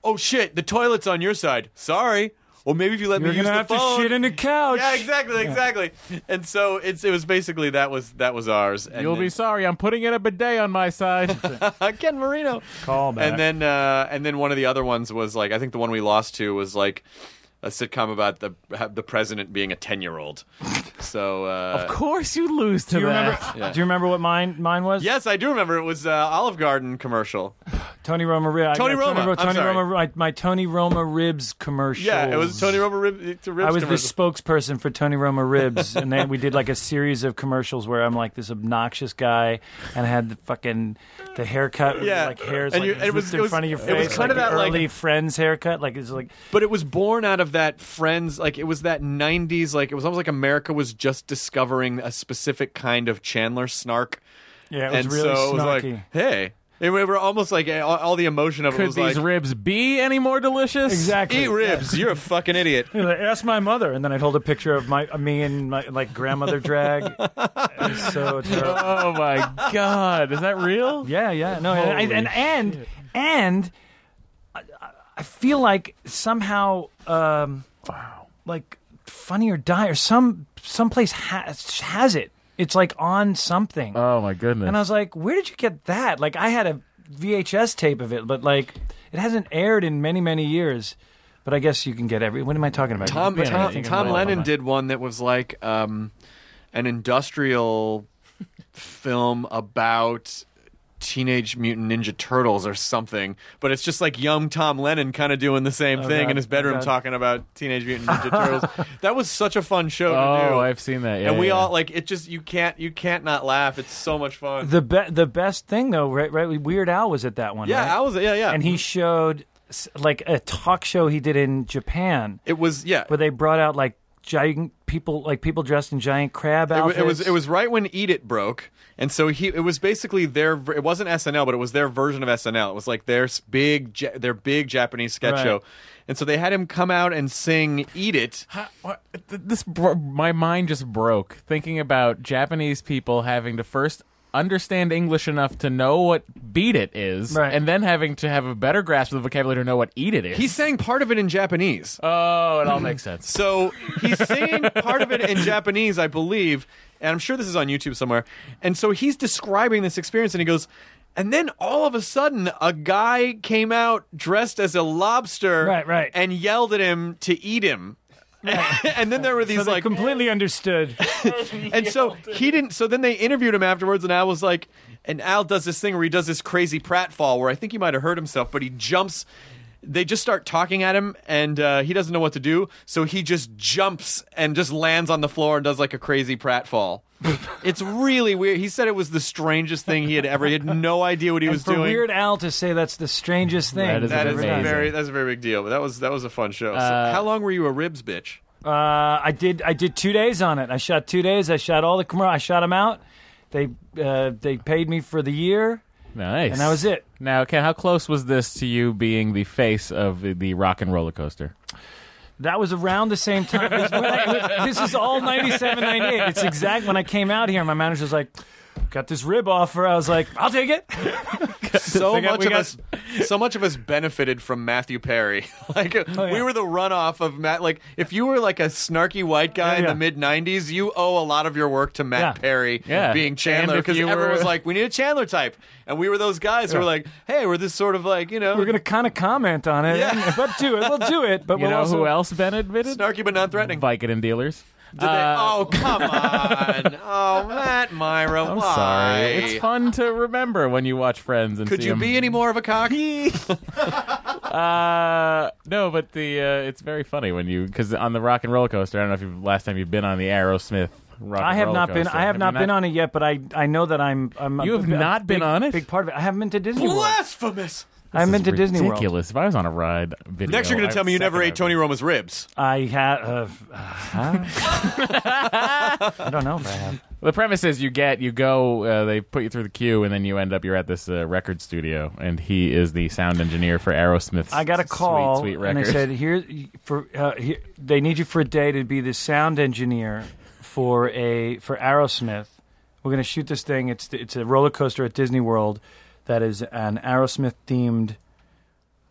B: Oh shit, the toilet's on your side. Sorry. Well, maybe if you let
G: You're
B: me use
G: gonna
B: the
G: have
B: phone.
G: to shit in the couch.
B: yeah, exactly, exactly. And so it's it was basically that was that was ours. And
C: You'll be sorry. I'm putting in a bidet on my side.
B: be Ken Marino.
G: Call back.
B: And then uh, and then one of the other ones was like I think the one we lost to was like a sitcom about the the president being a ten year old. So uh,
C: of course, you lose to
G: do you remember?
C: that.
B: Yeah.
G: Do you remember what mine mine was?
B: yes, I do remember it was uh, Olive Garden commercial.
G: Tony Roma ribs.
B: Tony Roma, I'm
G: Tony
B: sorry.
G: Roma. My, my Tony Roma ribs commercial.
B: Yeah, it was Tony Romer rib, to ribs
G: I was the
B: commercial.
G: spokesperson for Tony Roma ribs, and then we did like a series of commercials where I'm like this obnoxious guy, and I had the fucking the haircut,
B: Yeah.
G: like hairs
B: And
G: like
B: you- and it was-
G: zipped
B: it
G: in
B: was-
G: front of your
B: it was
G: face,
B: kind
G: like
B: of
G: the
B: that, like-
G: early Friends haircut, like it's like
B: But it was born out of that Friends, like it was that '90s, like it was almost like America was just discovering a specific kind of Chandler snark,
G: yeah, it was
B: and
G: really
B: so it was
G: snarky.
B: like, hey, and we were almost like eh, all, all the emotion of it
C: Could
B: was
C: these
B: like,
C: ribs be any more delicious?
G: exactly.
B: eat ribs, you're a fucking idiot.
G: You're like, Ask my mother, and then I'd hold a picture of my of me and my like grandmother drag. It was so terrible.
C: Oh my God! Is that real?
G: Yeah, yeah. No, and
C: Holy
G: and and, and I- I feel like somehow, um, like Funny or Die or some someplace has has it. It's like on something,
C: Oh my goodness!
G: and I was like, "Where did you get that?" Like I had a VHS tape of it, but like it hasn't aired in many many years. But I guess you can get every. What am I talking about?
B: Tom
C: Yeah,
B: Tom,
C: you can
B: Tom
C: blame
B: Lennon
C: him.
B: did one that was like um, an industrial film about Teenage Mutant Ninja Turtles or something, but it's just like young Tom Lennon kind of doing the same thing
G: God,
B: in his bedroom,
G: oh, God.
B: talking about Teenage Mutant Ninja Turtles. That was such a fun show to do.
C: oh, I've seen that. Yeah,
B: and we
C: yeah.
B: all like it. Just you can't you can't not laugh. It's so much fun.
G: the be- the best thing though, right? Right? Weird Al was at that one.
B: yeah,
G: right?
B: I was yeah yeah.
G: and he showed s- like a talk show he did in Japan
B: it was yeah.
G: where they brought out like giant people, like people dressed in giant crab
B: It wa-
G: outfits.
B: It, was it was right when Eat It broke, and so he it was basically their ver- it wasn't SNL, but it was their version of SNL. It was like their s- big Ja- their big Japanese sketch
G: Right.
B: show, and so they had him come out and sing Eat It.
C: Ha- what- th- This bro- my mind just broke thinking about Japanese people having to first understand English enough to know what beat it is,
G: Right.
C: and then having to have a better grasp of the vocabulary to know what eat it is.
B: He sang part of it in Japanese.
C: oh, it all makes sense.
B: So he's saying part of it in Japanese, I believe, and I'm sure this is on YouTube somewhere. And so he's describing this experience, and he goes, and then all of a sudden, a guy came out dressed as a lobster,
G: Right, right.
B: and yelled at him to eat him. and then there were these
G: So they
B: like
G: completely understood.
B: and so he didn't. So then they interviewed him afterwards, and Al was like, and Al does this thing where he does this crazy pratfall where I think he might have hurt himself, but he jumps. They just start talking at him, and uh, he doesn't know what to do, so he just jumps and just lands on the floor and does like a crazy pratfall. it's really weird. He said it was the strangest thing he had ever. He had no idea what he was
G: for
B: doing.
G: Weird Al to say that's the strangest thing.
C: That is
B: that
C: That's
B: is a
C: amazing. Uh,
B: very that's a very big deal. But that was that was a fun show. So how long were you a ribs bitch?
G: Uh, I did. I did two days on it. I shot two days. I shot all the commercials. I shot them out. They uh, they paid me for the year,
C: Nice.
G: and that was it.
C: Now, Ken, how close was this to you being the face of the, the rock and roller coaster?
G: That was around the same time. It was when I- it was- this is all 97, 98. It's exact when I came out here. My manager was like, "Got this rib offer." I was like, "I'll take it."
B: so
G: We got-
B: much
G: we
B: of
G: got-
B: us so much of us benefited from Matthew Perry. like
C: Oh,
B: we
G: yeah.
B: were the runoff of Matt like if you were like a snarky white guy
G: Yeah,
B: in
G: yeah.
B: the mid 90s, you owe a lot of your work to Matt
G: Yeah.
B: Perry
C: Yeah.
B: being Chandler
C: And if
B: because
C: you
B: everyone
C: were-
B: was like we need a Chandler type. And we were those guys who were like, "Hey, we're this sort of like, you know,
G: We're gonna kind of comment on it.
B: Yeah.
G: If up to it, we'll do it. But
C: You
G: we'll
C: know
G: also
C: who else Ben admitted?
B: snarky but not threatening."
C: Vicodin dealers.
B: Did they-
C: uh,
B: oh, come on. oh, Matt Myra,
C: I'm
B: why?
C: sorry. It's fun to remember when you watch Friends and
B: Could
C: see
B: you
C: 'em.
B: be any more of a cock?
C: Uh, no, but the uh, it's very funny when you because on the rock and roller coaster. I don't know if you last time you've been on the Aerosmith. Rock
G: I
C: and
G: have
C: Roller
G: not been.
C: Coaster.
G: I have,
C: you
G: not been on it yet, but I, I know that I'm. I'm a
C: You have
G: b- a
C: not been
G: big-
C: on it?
G: Big part of it. I haven't been to Disney World.
B: Blasphemous.
G: I haven't been to
C: ridiculous.
G: Disney World.
C: Ridiculous. If I was on a ride, video,
B: Next, you're going
C: I
B: to tell me you
C: would
B: never
C: second
B: ate
C: it.
B: Tony Roma's ribs.
G: I have. Uh, huh? I don't know if I have.
C: The premise is you get you go. Uh, they put you through the queue, and then you end up you're at this uh, record studio, and he is the sound engineer for Aerosmith's.
G: I got a call
C: Sweet, sweet
G: and they
C: record.
G: said here for uh, here, they need you for a day to be the sound engineer for a for Aerosmith. We're going to shoot this thing. It's it's a roller coaster at Disney World that is an Aerosmith themed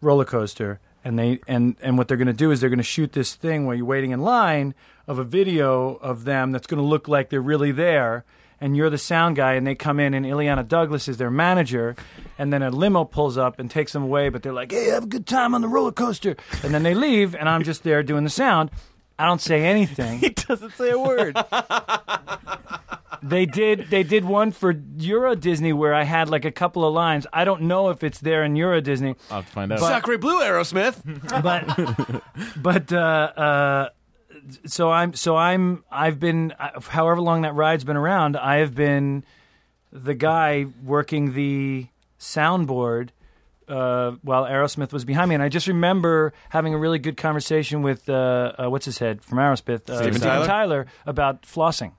G: roller coaster and they and and what they're going to do is they're going to shoot this thing while you're waiting in line of a video of them that's going to look like they're really there and you're the sound guy and they come in and Ileana Douglas is their manager and then a limo pulls up and takes them away but they're like hey have a good time on the roller coaster and then they leave and I'm just there doing the sound I don't say anything
C: he doesn't say a word.
G: they did they did one for Euro Disney where I had like a couple of lines I don't know if it's there in Euro Disney
C: I'll have to find out.
B: Zachary Blue Aerosmith.
G: but but uh, uh, so I'm so I'm I've been I- however long that ride's been around, I have been the guy working the soundboard uh, while Aerosmith was behind me, and I just remember having a really good conversation with uh, uh, what's his head from Aerosmith, uh,
B: Steven Tyler?
G: about flossing.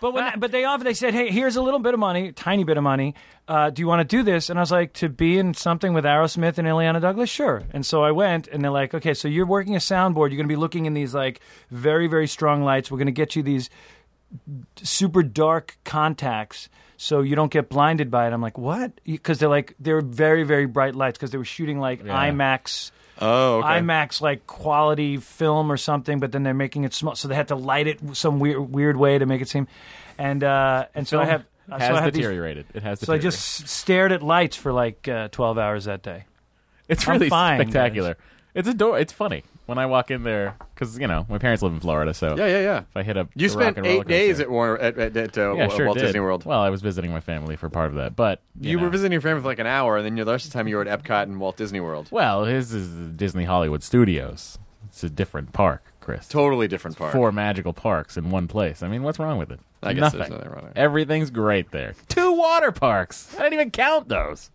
G: but when but they offered, they said, "Hey, here's a little bit of money, tiny bit of money. Uh, do you want to do this?" And I was like, "To be in something with Aerosmith and Ileana Douglas, sure." And so I went, and they're like, "Okay, so you're working a soundboard. You're going to be looking in these like very very strong lights. We're going to get you these super dark contacts." So you don't get blinded by it. I'm like, what? Because they're like they're very very bright lights because they were shooting like IMAX
B: Oh, okay.
G: IMAX like quality film or something, but then they're making it small, so they had to light it some weird weird way to make it seem. And uh, and so I have uh,
C: has
G: so I had these-
C: deteriorated. it has.
G: so I
C: deteriorated.
G: just s- stared at lights for like uh, twelve hours that day.
C: It's
G: I'm
C: really
G: fine,
C: spectacular. It's ador- It's funny when I walk in there because you know my parents live in Florida, so
B: yeah, yeah, yeah.
C: If I hit up,
B: You
C: the Rock
B: spent
C: and Roller
B: eight days
C: Coaster-
B: at, Warner, at, at, at uh,
C: yeah,
B: Wa-
C: sure
B: Walt
C: did.
B: Disney World.
C: Well, I was visiting my family for part of that, but you,
B: you were
C: know.
B: visiting your family for like an hour, and then the rest of the time you were at Epcot and Walt Disney World.
C: Well, his is the Disney Hollywood Studios. It's a different park, Chris.
B: Totally different park.
C: Four magical parks in one place. I mean, what's wrong with it?
B: I guess
C: nothing.
B: there's nothing wrong there.
C: Everything's great there. Two water parks. I didn't even count those.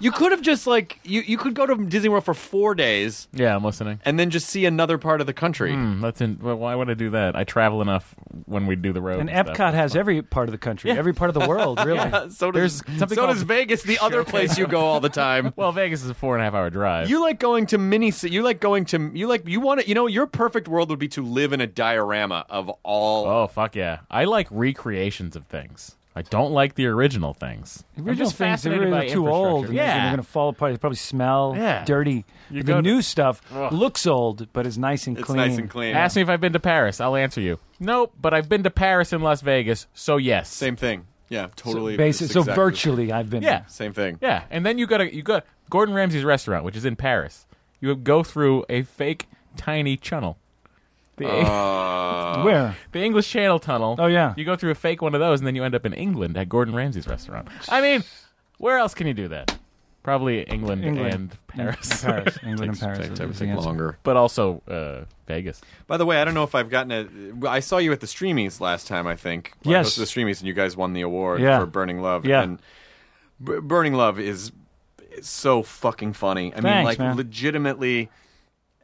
B: You could have just like you, you could go to Disney World for four days
C: Yeah, I'm listening.
B: and then just see another part of the country.
C: Hmm, that's in, well, why would I do that? I travel enough when we do the road.
G: And
C: and stuff.
G: Epcot has every part of the country, every part of the world, really.
B: Uh, so does,
C: There's something
B: so
C: called-
B: does Vegas, the other place you go all the time.
C: Well, Vegas is a four and a half hour drive.
B: You like going to mini. ci- You like going to. You like. You want to. You know, your perfect world would be to live in a diorama of all.
C: oh fuck yeah! I like recreations of things. I don't like the original things. We're
G: Original
C: just
G: things,
C: fascinated
G: they're
C: by
G: too old. and
C: infrastructure.
G: They're
C: Yeah,
G: going to fall apart. They probably smell
C: Yeah.
G: dirty.
C: You
G: But
C: go
G: the
C: to-
G: new stuff looks old, but is nice and
B: it's
G: clean.
B: nice and clean.
C: Ask me if I've been to Paris. I'll answer you. Nope, but I've been to Paris and Las Vegas, so yes.
B: Same thing. Yeah, totally.
G: Basis.
B: It's
G: So
B: exactly the
G: virtually, I've been.
C: Yeah.
B: Same thing.
C: Yeah, and then you got to you got Gordon Ramsay's restaurant, which is in Paris. You would go through a fake tiny tunnel. The,
B: Uh,
G: Where?
C: the English Channel tunnel.
G: Oh, yeah.
C: You go through a fake one of those, and then you end up in England at Gordon Ramsay's restaurant. I mean, where else can you do that? Probably England,
G: England.
C: and Paris,
G: Paris. England and Paris.
B: Takes
G: is the
B: everything
G: answer.
B: longer.
C: but also uh, Vegas.
B: By the way, I don't know if I've gotten a. I saw you at the Streamies last time. I think. I
G: Yes.
B: hosted the Streamies, and you guys won the award
G: Yeah.
B: for Burning Love.
G: Yeah.
B: And B- Burning Love is is so fucking funny. I mean,
G: Thanks,
B: like
G: man.
B: legitimately,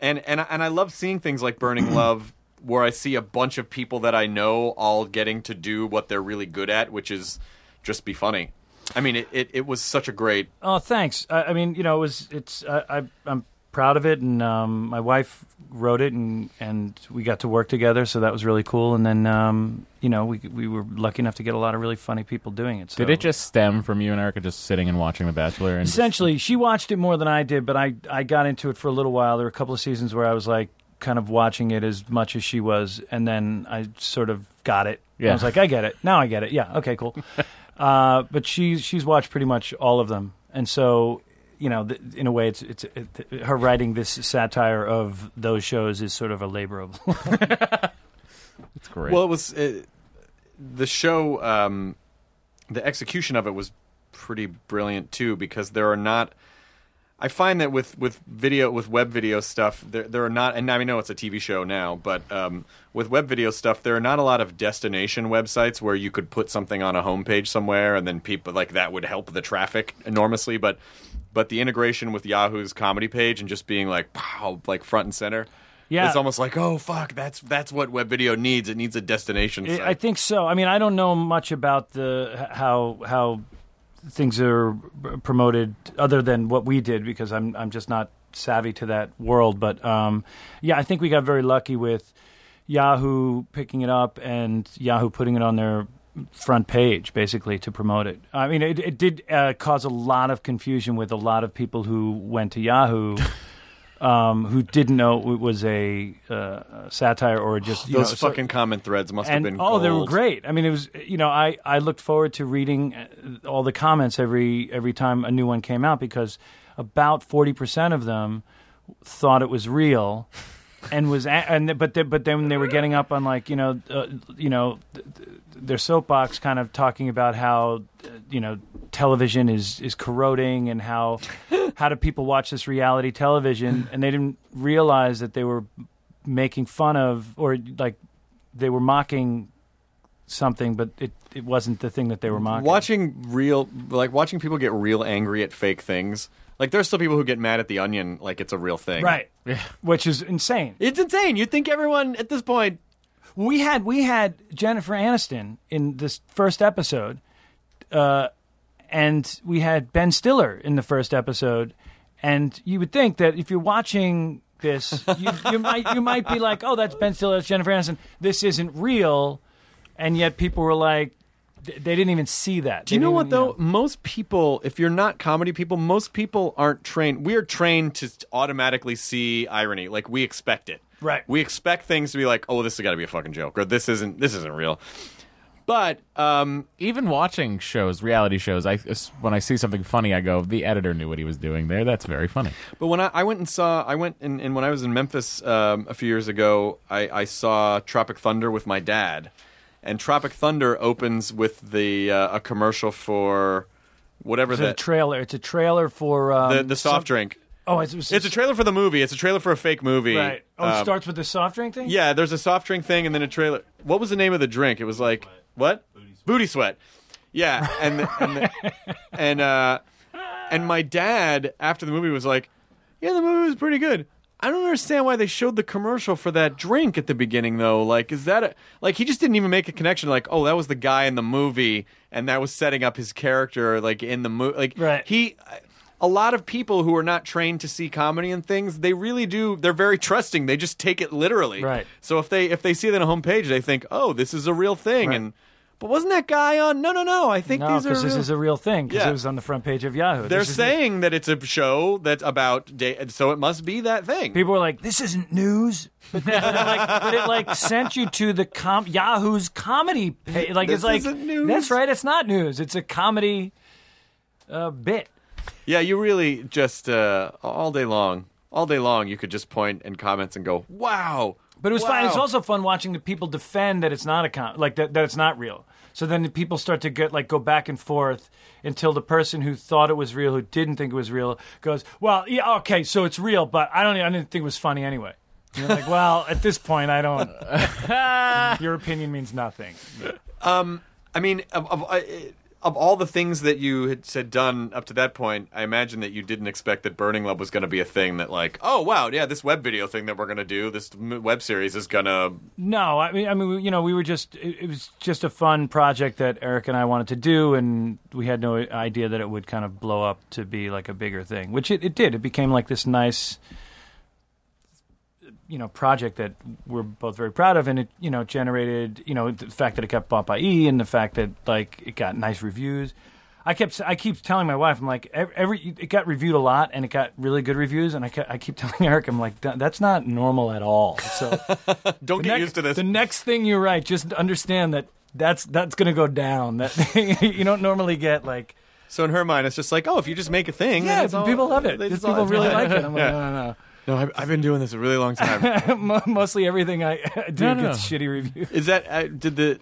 B: and and and I love seeing things like Burning Love. Where I see a bunch of people that I know all getting to do what they're really good at, which is just be funny. I mean, it, it, it was such a great.
G: Oh, thanks. I, I mean, you know, it was. It's. I, I, I'm proud of it, and um, my wife wrote it, and and we got to work together, so that was really cool. And then, um, you know, we we were lucky enough to get a lot of really funny people doing it. So.
C: Did it just stem from you and Erica just sitting and watching The Bachelor? And
G: Essentially, she watched it more than I did, but I I got into it for a little while. There were a couple of seasons where I was like kind of watching it as much as she was, and then I sort of got it.
C: Yeah.
G: I was like, I get it now. I get it. Yeah. Okay. Cool. uh, but she's she's watched pretty much all of them, and so you know, th- in a way, it's it's it, her writing this satire of those shows is sort of a labor of love.
C: it's great.
B: Well, it was uh the show. Um, the execution of it was pretty brilliant too, because there are not. I find that with with video with web video stuff, there there are not, and I mean, I know it's a TV show now, but um, with web video stuff, there are not a lot of destination websites where you could put something on a homepage somewhere, and then people like that would help the traffic enormously. But but the integration with Yahoo's comedy page and just being like pow, like front and center,
G: Yeah.
B: it's almost like oh fuck, that's that's what web video needs. It needs a destination site.
G: I I think so. I mean, I don't know much about the h- how how things are b- promoted other than what we did because I'm I'm just not savvy to that world. But um, yeah, I think we got very lucky with Yahoo picking it up and Yahoo putting it on their front page basically to promote it. I mean, it, it did uh, cause a lot of confusion with a lot of people who went to Yahoo. Um, who didn't know it was a uh, satire or just you
B: Those
G: know, so-
B: fucking comment threads must have
G: and
B: been
G: oh, they were
B: gold.
G: great. I mean, it was you know I I looked forward to reading uh, all the comments every every time a new one came out because about forty percent of them thought it was real. And was a- and but they, but then they were getting up on like you know uh, you know th- th- their soapbox kind of talking about how uh, you know television is is corroding and how how do people watch this reality television and they didn't realize that they were making fun of or like they were mocking something, but it, it wasn't the thing that they were mocking.
B: Watching real, like watching people get real angry at fake things. Like there's still people who get mad at the Onion, like it's a real thing.
G: right? Which is insane.
B: It's insane. You'd think everyone at this point.
G: We had we had Jennifer Aniston in this first episode, uh, and we had Ben Stiller in the first episode, and you would think that if you're watching this, you, you might you might be like, oh, that's Ben Stiller, that's Jennifer Aniston. This isn't real, and yet people were like, th- they didn't even see that.
B: Do you know what though? Most people, if you're not comedy people, most people aren't trained. We are trained to automatically see irony. Like we expect it.
G: Right.
B: We expect things to be like, oh, this has got to be a fucking joke, or this isn't. This isn't real. But um,
C: even watching shows, reality shows, I when I see something funny, I go, "The editor knew what he was doing there. That's very funny."
B: But when I, I went and saw, I went and, and when I was in Memphis um, a few years ago, I, I saw Tropic Thunder with my dad, and Tropic Thunder opens with the uh, a commercial for whatever
G: It's a
B: that
G: trailer. It's a trailer for um,
B: the, the soft drink.
G: Oh, it's, it's,
B: It's a trailer for the movie. It's a trailer for a fake movie.
G: Right. Oh, it
B: Um,
G: starts with the soft drink thing.
B: Yeah, there's a soft drink thing and then a trailer. What was the name of the drink? It was like what? Booty sweat. Yeah, and the, and the, and uh, and my dad after the movie was like, "Yeah, the movie was pretty good. I don't understand why they showed the commercial for that drink at the beginning though. Like, is that a, like he just didn't even make a connection? Like, oh, that was the guy in the movie, and that was setting up his character like in the movie. Like,
G: Right.
B: he. A lot of people who are not trained to see comedy and things, they really do. They're very trusting. They just take it literally.
G: Right.
B: So if they if they see it on a homepage, they think, "Oh, this is a real thing." And but wasn't that guy on? No, no, no. I think
G: No,
B: these are.
G: because this
B: real-
G: is a real thing. Because
B: Yeah.
G: it was on the front page of Yahoo.
B: they're
G: This is-
B: saying that it's a show that's about da- and so it must be that thing.
G: people were like, "This isn't news," but, then, but, it, like, but it like sent you to the com- Yahoo's comedy. Page. Like
B: This
G: it's like
B: isn't news.
G: that's right. It's not news. It's a comedy uh, bit.
B: yeah, you really just uh, all day long, all day long, you could just point and comments and go, "Wow!"
G: But it was fun.
B: wow."
G: It's also fun watching the people defend that it's not a com- like that, that it's not real. So then the people start to get like go back and forth until the person who thought it was real, who didn't think it was real, goes, "Well, yeah, okay, so it's real, but I don't, e, I didn't think it was funny anyway." And You're like, "Well, at this point, I don't. Your opinion means nothing."
B: I mean, of of, I- of all the things that you had said done up to that point, I imagine that you didn't expect that Burning Love was going to be a thing. That like, oh wow, yeah, this web video thing that we're going to do, this m- web series is going to
G: No, I mean, I mean, we- you know, we were just it, it was just a fun project that Eric and I wanted to do, and we had no idea that it would kind of blow up to be like a bigger thing, which it, it did. It became like this nice, you know, project that we're both very proud of, and it you know generated you know the fact that it got bought by E, and the fact that like it got nice reviews. I kept I keep telling my wife I'm like ev- every it got reviewed a lot and it got really good reviews and I kept, I keep telling Eric I'm like "That- that's not normal at all so
B: don't get
G: next-
B: used to this.
G: The next thing you write, just understand that that's that's going to go down. That you don't normally get like
B: so in her mind, it's just like, oh, if you just make a thing, then
G: yeah,
B: it's all-
G: people love it.
B: they
G: Just
B: all-
G: people really like it. I'm like, "Uh, no, no,
B: No, I've, I've been doing this a really long time.
G: no. Mo- Mostly everything I do
C: No, no,
G: gets shitty reviews.
B: Is that uh, did the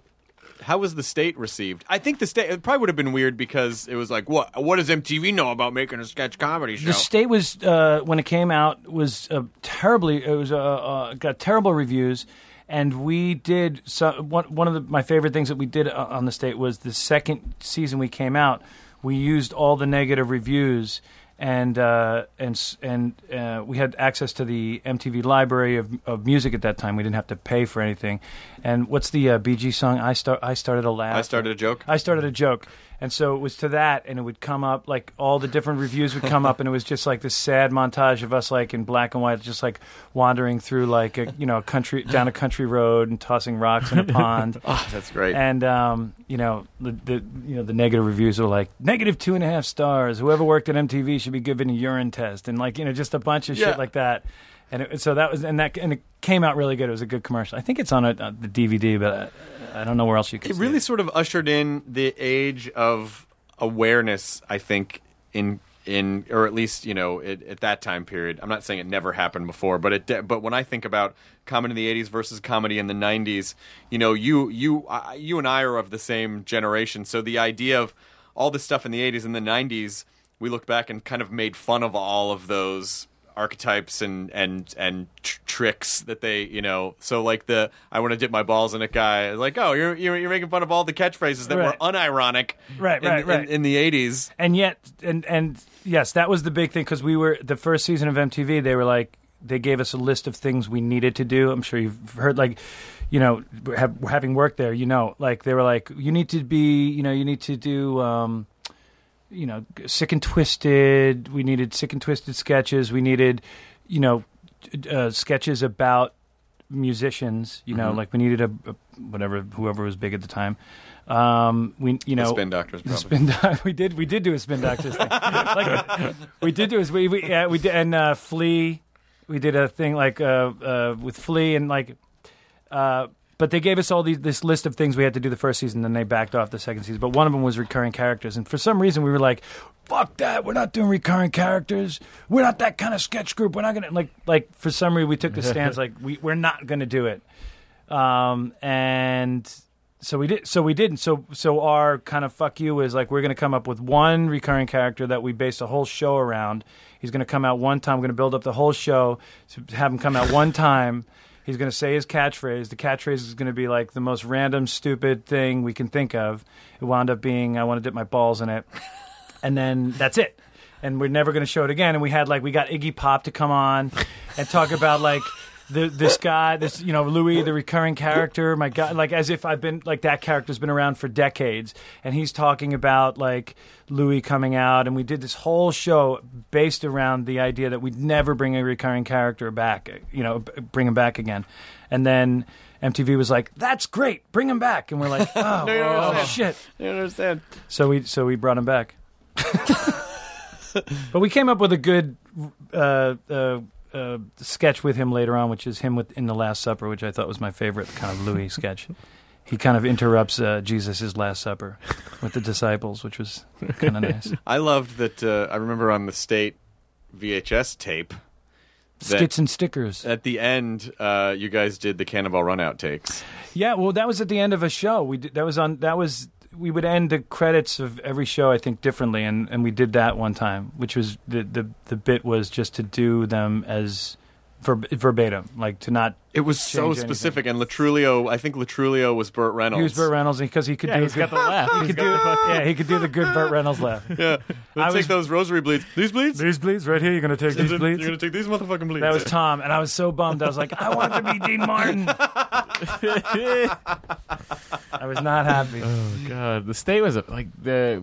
B: how was the state received? I think the state it probably would have been weird because it was like what what does MTV know about making a sketch comedy show?
G: The state was uh, when it came out was uh, terribly. It was uh, uh, got terrible reviews, and we did so. One, one of the, my favorite things that we did uh, on the state was the second season we came out. We used all the negative reviews. And uh, and s- and uh, we had access to the MTV library of, of music at that time. We didn't have to pay for anything. And what's the uh, BG song? I start. I started a laugh.
B: I started a joke.
G: I started a joke, and so it was to that, and it would come up like all the different reviews would come up, and it was just like this sad montage of us like in black and white, just like wandering through like a you know a country down a country road and tossing rocks in a pond.
B: Oh, That's great.
G: And um, you know the, the you know the negative reviews are like negative two and a half stars. Whoever worked at MTV should be given a urine test, and like you know just a bunch of
B: Yeah.
G: shit like that. And it, so that was and that and it came out really good. It was a good commercial. I think it's on a, uh the DVD, but I, I don't know where else you can.
B: it
G: see
B: really sort of ushered in the age of awareness. I think in in or at least you know it, at that time period. I'm not saying it never happened before, but it de- but when I think about comedy in the 80s versus comedy in the 90s, you know you you I, you and I are of the same generation, so the idea of all this stuff in the 80s and the 90s, we looked back and kind of made fun of all of those archetypes and and and tr- tricks that they you know so like the i want to dip my balls in a guy like oh you're you're, you're making fun of all the catchphrases that
G: Right.
B: were unironic
G: Right,
B: in,
G: right,
B: in-
G: right.
B: in, the 80s
G: and yet and and yes that was the big thing because we were the first season of mtv they were like they gave us a list of things we needed to do i'm sure you've heard like you know have, having worked there you know like they were like you need to be you know you need to do um you know sick and twisted we needed sick and twisted sketches we needed you know uh, sketches about musicians you know like we needed a, a whatever whoever was big at the time um we you know
B: The spin doctors
G: the
B: probably
G: spin doc- we did we did do a spin doctors thing. like, we did do a we we, yeah, we did, and uh, Flea we did a thing like uh, uh, with Flea and like uh, but they gave us all these this list of things we had to do the first season then they backed off the second season but one of them was recurring characters and for some reason we were like fuck that we're not doing recurring characters we're not that kind of sketch group we're not gonna like like for some reason we took the stance like we, we're not gonna do it um, and so we did. So we didn't. So so our kind of fuck you is like we're going to come up with one recurring character that we base the whole show around. He's going to come out one time. We're going to build up the whole show. To have him come out one time. He's going to say his catchphrase. The catchphrase is going to be like the most random, stupid thing we can think of. It wound up being, "I want to dip my balls in it," and then that's it. and we're never going to show it again. And we had like we got Iggy Pop to come on and talk about like the, this guy, this you know Louis, the recurring character. My God, like as if I've been like that character's been around for decades, and he's talking about like Louis coming out. And we did this whole show based around the idea that we'd never bring a recurring character back, you know, b- bring him back again, and then. MTV was like, "That's great, bring him back," and we're like, "Oh,
B: you don't
G: oh,
B: understand.
G: shit!"
B: You understand?
G: So we so we brought him back. but we came up with a good uh, uh, uh, sketch with him later on, which is him with in the Last Supper, which I thought was my favorite kind of Louis sketch. He kind of interrupts uh, Jesus' Last Supper with the disciples, which was kind of nice.
B: I loved that. Uh, I remember on the state VHS tape
G: Skits and stickers.
B: at the end, uh, you guys did the Cannonball Run outtakes.
G: Yeah, well, that was at the end of a show. We did, that was on that was we would end the credits of every show I think differently, and, and we did that one time, which was the, the the bit was just to do them as verb, verbatim, like to not.
B: It was so
G: Change anything.
B: specific, and Latrulio. I I think Latrulio was Burt Reynolds.
G: Use Burt Reynolds because he could
C: Yeah,
G: do
C: he's
G: a
C: got
G: good,
C: the laugh.
G: he
C: He's
G: could
C: got
G: do
C: the
G: the,
C: fucking-
G: yeah he could do the good Burt Reynolds laugh.
B: Yeah, Let's take
G: was-
B: those rosary bleeds. These bleeds.
G: These bleeds right here. You're gonna take these
B: You're
G: bleeds.
B: gonna take these motherfucking bleeds.
G: That was Tom, and I was so bummed. I was like, I want to be Dean Martin. I was not happy.
C: Oh, God, the state was like the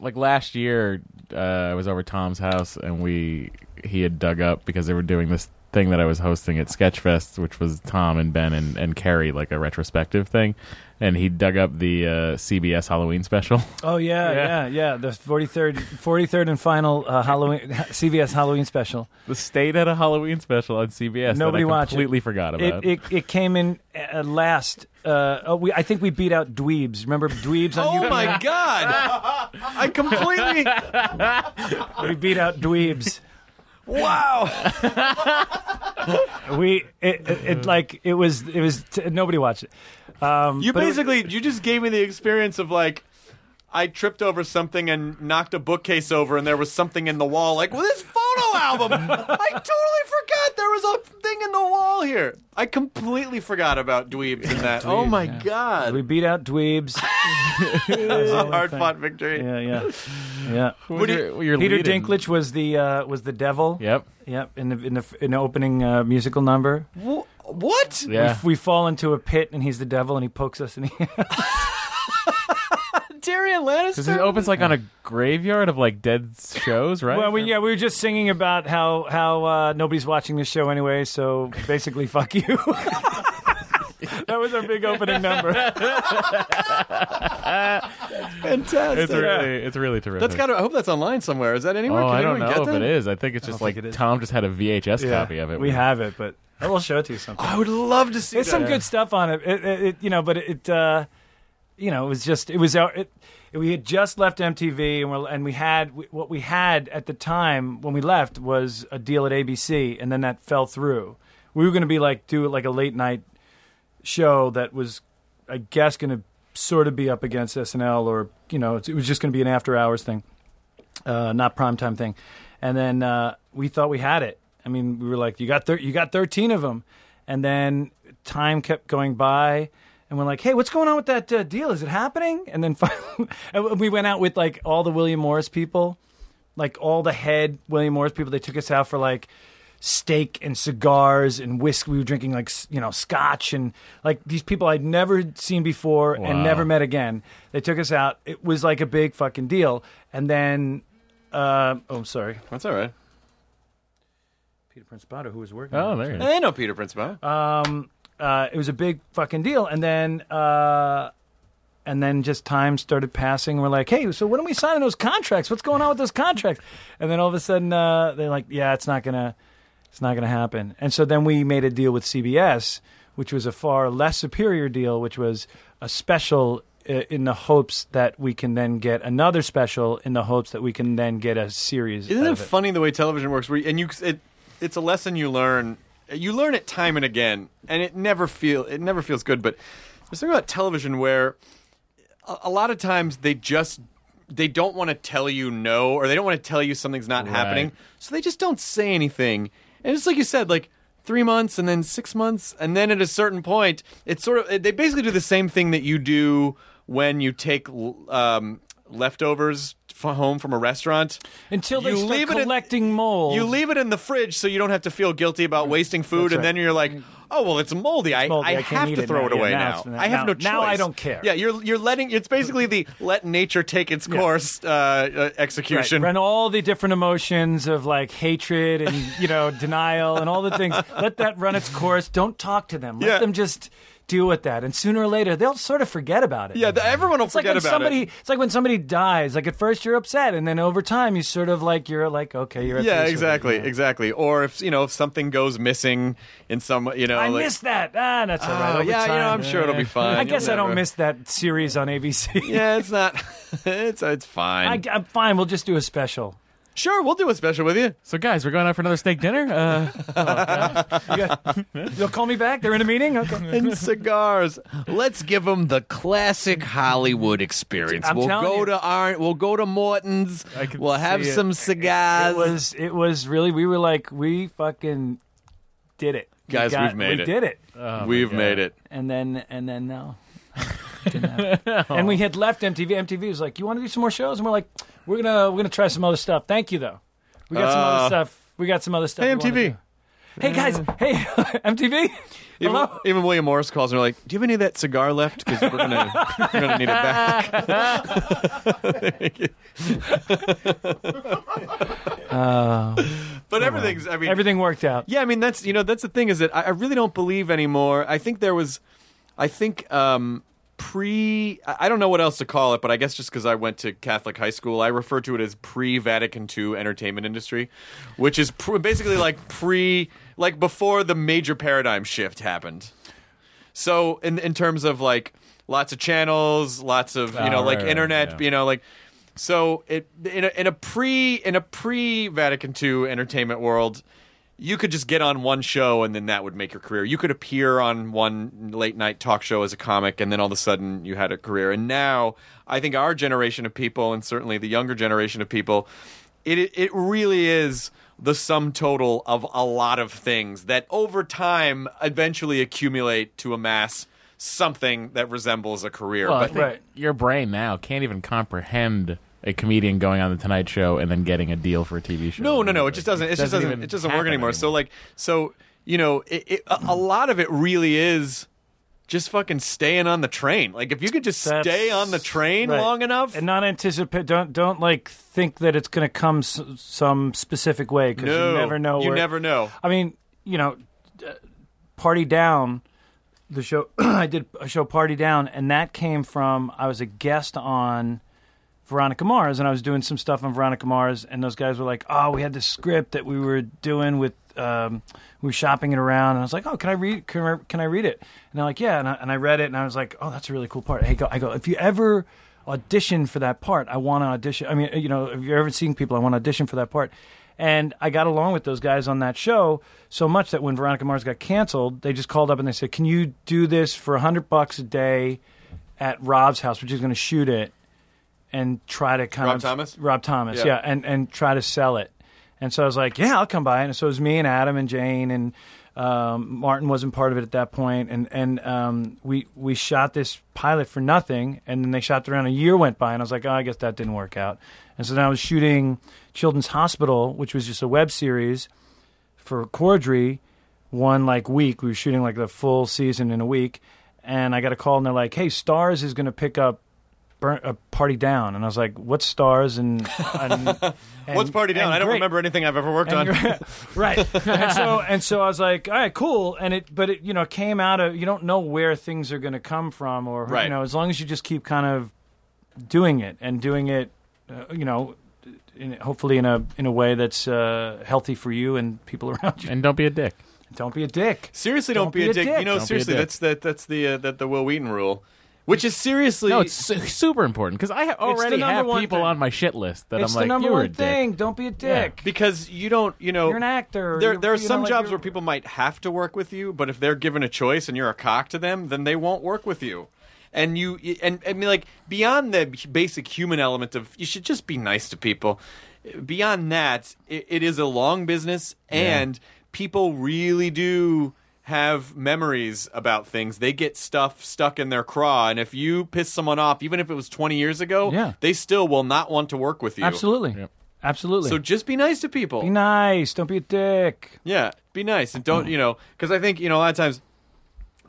C: like last year. Uh, I was over Tom's house and we he had dug up because they were doing this thing that I was hosting at Sketchfest, which was Tom and Ben and, and Carrie, like a retrospective thing. And he dug up the uh, CBS Halloween special.
G: Oh yeah,
C: Yeah.
G: yeah, yeah. The forty third, forty third and final uh, Halloween CVS Halloween special.
C: the state had a Halloween special on CBS.
G: Nobody
C: that I
G: watched it.
C: completely forgot about.
G: It, it it came in uh, last. Uh, oh, we, I think we beat out Dweebs. Remember Dweebs on
B: Oh
G: UK?
B: my god! I completely
G: We beat out Dweebs.
B: wow.
G: We it, it, it like it was it was t- nobody watched it. Um,
B: You
G: but it-
B: basically you just gave me the experience of like I tripped over something and knocked a bookcase over and there was something in the wall. Like well, this photo album, I totally forgot there was a thing in the wall here. I completely forgot about dweebs and that. oh my
G: we
B: god!
G: beat out Dweebs.
B: Hard fought victory.
G: Yeah, yeah, yeah.
B: What do you-
C: Well, you're
G: Peter
C: leading.
G: Dinklage was the uh, was the devil.
C: Yep.
G: Yep. In the in the in the opening uh, musical number.
B: Wh- what?
C: Yeah.
G: We, we fall into a pit and he's the devil and he pokes us in the
B: Tyrion Lannister.
C: Because it opens like on a graveyard of like dead shows, right?
G: Well, we, yeah, we were just singing about how how uh, nobody's watching this show anyway, so basically, fuck you. that was our big opening number.
B: Fantastic.
C: it's really, it's really terrific.
B: That's got. to I hope that's online somewhere. Is that anywhere?
C: Oh,
B: Can
C: I don't
B: anyone
C: know
B: get
C: if
B: that?
C: it is. I think it's just like
G: think it is.
C: Tom just had a VHS copy of it.
G: We have it, but I will show it to you sometime.
B: I would love to see.
G: There's
B: that.
G: some good stuff on it. It, it, it- you know, but it, uh, you know, it was just it was our. It, we had just left MTV, and, we're, and we had we, what we had at the time when we left was a deal at ABC, and then that fell through. We were going to be like do like a late night show that was, I guess, going to sort of be up against SNL or you know it was just going to be an after hours thing, uh, not primetime thing. And then uh, we thought we had it. I mean, we were like, you got thir- you got thirteen of them, and then time kept going by. And we're like, hey, what's going on with that uh, deal? Is it happening? And then finally, and we went out with like all the William Morris people, like all the head William Morris people. They took us out for like steak and cigars and whiskey. We were drinking like s- you know scotch and like these people I'd never seen before
C: Wow.
G: and never met again. They took us out. It was like a big fucking deal. And then, uh, oh, I'm sorry,
B: That's all right.
G: Peter Principato, who was working.
C: Oh,
G: on it.
C: there. you go.
B: I know Peter Principal.
G: Um, uh, it was a big fucking deal. And then, uh, and then just time started passing. We're like, hey, so when are we signing those contracts? What's going on with those contracts? And then all of a sudden, uh, they're like, yeah, it's not gonna, it's not gonna happen. And so then we made a deal with CBS, which was a far less superior deal, which was a special. uh, In the hopes that we can then get another special, in the hopes that we can then get a series.
B: Isn't
G: out
B: it
G: of it.
B: funny the way television works? Where you, and you, it, it's a lesson you learn. You learn it time and again, and it never feel it never feels good. But there's something about television where a, a lot of times they just they don't want to tell you no, or they don't want to tell you something's not happening, so they just don't say anything. And it's like you said, like three months, and then six months, and then at a certain point, it's sort of they basically do the same thing that you do when you take l- um, leftovers f- home from a restaurant.
G: Until they
B: You
G: start
B: leave it in-
G: collecting mold.
B: You leave it in the fridge so you don't have to feel guilty about wasting food, and
G: right. Mm.
B: then you're like, "Oh well, it's moldy. I,
G: moldy.
B: I,
G: I can't
B: have
G: eat
B: to
G: it
B: throw
G: now.
B: it
G: Yeah,
B: away
G: now
B: now.
G: it's- now-
B: I have no choice.
G: now I don't care.
B: Yeah, you're you're letting. It's basically the let nature take its course uh, uh,
G: Right.
B: execution.
G: Run all the different emotions of like hatred and you know denial and all the things. Let that run its course. Don't talk to them. Let
B: Yeah.
G: them just deal with that. And sooner or later, they'll sort of forget about it.
B: Yeah, th- everyone will
G: It's like
B: forget
G: when
B: about
G: somebody.
B: it.
G: It's like when somebody dies. Like at first you're upset, and then over time you sort of like you're like okay, you're at
B: Yeah,
G: peace with it,
B: exactly,
G: you know?
B: exactly. Or if you know if something goes missing in some, you know,
G: I
B: like,
G: missed that. Ah, that's all right.
B: Oh,
G: Over
B: yeah, you know,
G: time,
B: I'm sure it'll be
G: eh.
B: fine.
G: I
B: You'll
G: guess I
B: never-
G: don't miss that series on ABC.
B: Yeah, it's not. it's it's
G: I,
B: fine.
G: I'm fine. We'll just do a special.
B: sure, we'll do a special with you.
C: So, guys, we're going out for another steak dinner. Uh,
G: You'll call me back. They're in a meeting. Okay.
B: and cigars. Let's give them the classic Hollywood experience.
G: I'm
B: we'll
G: telling
B: go
G: you.
B: to Arn. We'll go to Morton's.
C: I can
B: We'll have
C: see it. Oh
B: some cigars.
G: It was it was really we were like we fucking did it. We
B: Guys, we've made
G: we
B: it.
G: did it.
C: Oh,
B: We've made it.
G: And then and then no. Didn't happen. and we had left MTV. MTV was like, "You want to do some more shows?" And we're like, "We're gonna we're gonna try some other stuff." Thank you though. We got some other
B: Uh,
G: stuff. We got some other stuff.
B: Hey,
G: we wanna
B: MTV.
G: do. Hey guys.
B: Mm.
G: Hey MTV.
B: Even,
C: Oh.
G: Hello.
B: even William Morris calls and they're like, "Do you have any of that cigar left? Because we're gonna we're gonna need it back."
C: Uh,
B: but everything's. I mean,
G: Everything worked out.
B: Yeah, I mean that's you know that's the thing is that I, I really don't believe anymore. I think there was, I think um, pre I I don't know what else to call it, but I guess just because I went to Catholic high school, I refer to it as pre Vatican II entertainment industry, which is pr- basically like pre like before the major paradigm shift happened. So in in terms of like lots of channels, lots of you
C: Ah,
B: know like
C: right, right,
B: internet,
C: yeah.
B: you know like so it in a, in a pre in a pre Vatican II entertainment world, you could just get on one show and then that would make your career. You could appear on one late night talk show as a comic and then all of a sudden you had a career. And now I think our generation of people and certainly the younger generation of people, it it really is the sum total of a lot of things that over time eventually accumulate to amass something that resembles a career.
C: Well, I
B: But-
C: think
G: Right.
C: your brain now can't even comprehend a comedian going on the Tonight Show and then getting a deal for a TV show.
B: No, no, no. It just doesn't. It, just doesn't.
C: even
B: it doesn't work
C: happen
B: anymore. So like, so you know, it, it, a, a lot of it really is just fucking staying on the train. Like, if you could just
G: That's-
B: stay on the train
G: right.
B: long enough,
G: and not anticipate. Don't don't like think that it's going to come s- some specific way because
B: no,
G: you never know.
B: You
G: where-
B: never know.
G: I mean, you know, uh, Party Down, the show I did a show Party Down, and that came from I was a guest on Veronica Mars, and I was doing some stuff on Veronica Mars, and those guys were like, "Oh, we had this script that we were doing with." Um, we were shopping it around, and I was like, "Oh, can I read? Can I, can I read it?" And they're like, "Yeah." And I, and I read it, and I was like, "Oh, that's a really cool part." Hey, go, I go. If you ever audition for that part, I want to audition. I mean, you know, if you're ever seeing people, I want to audition for that part. And I got along with those guys on that show so much that when Veronica Mars got canceled, they just called up and they said, "Can you do this for a hundred bucks a day at Rob's house? We're just going to shoot it and try to kind
B: Rob
G: of
B: Thomas?
G: Rob Thomas,
B: Yeah.
G: yeah. and and try to sell it." And so I was like, "Yeah, I'll come by." And so it was me and Adam and Jane and um, Martin wasn't part of it at that point, and and um, we we shot this pilot for nothing, and then they shopped around. A year went by, and I was like, "Oh, I guess that didn't work out." And so then I was shooting Children's Hospital, which was just a web series for Cordry one like week. We were shooting like the full season in a week, and I got a call and they're like, "Hey, Stars is going to pick up burn, uh, Party Down," and I was like, "What's Stars?" And, and, and-
B: What's party down?
G: and
B: I don't
G: great.
B: remember anything I've ever worked on.
G: And- right. and so and so I was like, all right, cool. And it but it you know came out of you don't know where things are going to come from or
B: Right.
G: you know as long as you just keep kind of doing it and doing it uh, you know in, hopefully in a in a way that's uh, healthy for you and people around you.
C: And don't be a dick.
G: Don't be a dick.
B: Seriously, don't,
G: Don't
B: be, a dick. You know,
C: Don't be a
B: seriously,
C: dick.
B: that's that that's the uh, that the Will Wheaton rule, which is seriously
C: No, it's su- super important because I ha- already
G: number
C: have
G: one
C: people
G: thing.
C: on my shit list that
G: it's
C: I'm like,
G: the number
C: you were a
G: one
C: dick.
G: thing. Don't be a dick.
B: because you don't. You know,
G: You're an actor.
B: There,
G: You-
B: there are
G: you know,
B: some
G: like,
B: jobs
G: you're-
B: where people might have to work with you, but if they're given a choice and you're a cock to them, then they won't work with you. And you, and I mean, like beyond the basic human element of you should just be nice to people. Beyond that, it, it is a long business, and people really do have memories about things. They get stuff stuck in their craw, and if you piss someone off, even if it was 20 years ago,
G: Yeah.
B: they still will not want to work with you.
G: Absolutely. Absolutely.
B: So just be nice to people.
G: be nice. Don't be a dick.
B: Yeah, be nice and don't you know? Because I think you know a lot of times,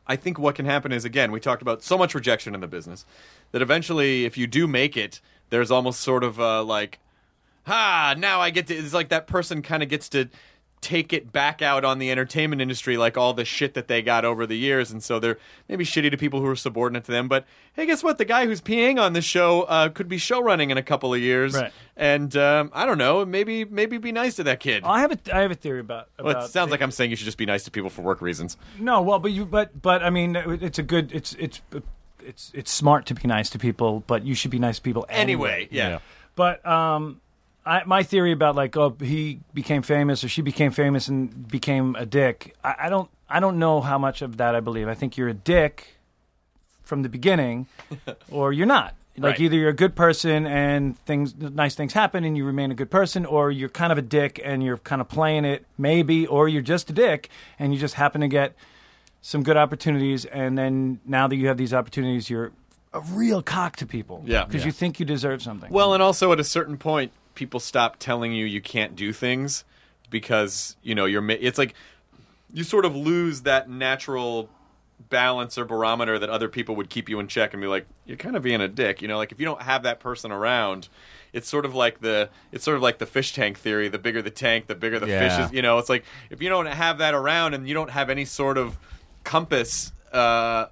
B: I think what can happen is again we talked about so much rejection in the business that eventually if you do make it, there's almost sort of uh, like, ah, now I get to. It's like that person kind of gets to take it back out on the entertainment industry, like all the shit that they got over the years, and so they're maybe shitty to people who are subordinate to them. But hey, guess what? The guy who's peeing on the show uh, could be show running in a couple of years,
G: Right.
B: and um, I don't know, maybe maybe be nice to that kid.
G: I have a I have a theory about. about
B: Well, it sounds like I'm saying you should just be nice to people for work reasons.
G: No, well, but you, but, but I mean, it- it's a good, it's, it's, it's, it's smart to be nice to people, but you should be nice to people anyway.
B: Anyway, yeah.
G: But um, I, my theory about like, oh, he became famous or she became famous and became a dick. I, I don't, I don't know how much of that I believe. I think you're a dick from the beginning, or you're not. Like
B: Right.
G: either you're a good person and things, nice things happen, and you remain a good person, or you're kind of a dick and you're kind of playing it, maybe, or you're just a dick and you just happen to get some good opportunities, and then now that you have these opportunities, you're a real cock to people,
B: Yeah.
G: because you think you deserve something.
B: Well, and also at a certain point, people stop telling you you can't do things because you know you're. ma- It's like you sort of lose that natural balance or barometer that other people would keep you in check and be like, you're kind of being a dick. You know, like if you don't have that person around. It's sort of like the it's sort of like the fish tank theory. The bigger the tank, the bigger the
C: Yeah.
B: fish is. You know, it's like if you don't have that around and you don't have any sort of compass, uh,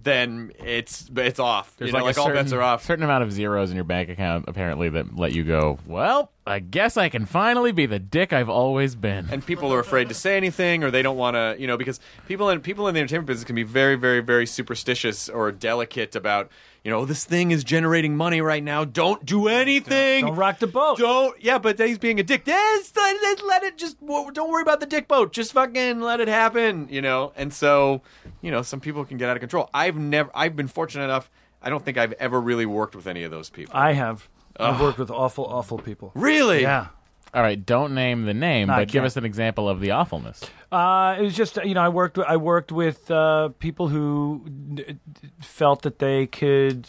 B: then it's it's off.
C: There's
B: you know, like,
C: a
B: all
C: certain,
B: bets are off.
C: Certain amount of zeros in your bank account apparently that let you go. Well, I guess I can finally be the dick I've always been.
B: and people are afraid to say anything or they don't want to you know because people in people in the entertainment business can be very very very superstitious or delicate about you know this thing is generating money right now don't do anything
G: Don't rock the boat.
B: don't yeah but he's being a dick yes, let it- let it just wo- don't worry about the dick boat just fucking let it happen you know and so you know some people can get out of control i've never i've been fortunate enough i don't think i've ever really worked with any of those people
G: I have. I've worked with awful, awful people.
B: really
G: Yeah.
C: All right, don't name the name,
G: No, I
C: but give
G: can't.
C: us an example of the awfulness.
G: Uh, it was just you know I worked with, I worked with uh, people who n- felt that they could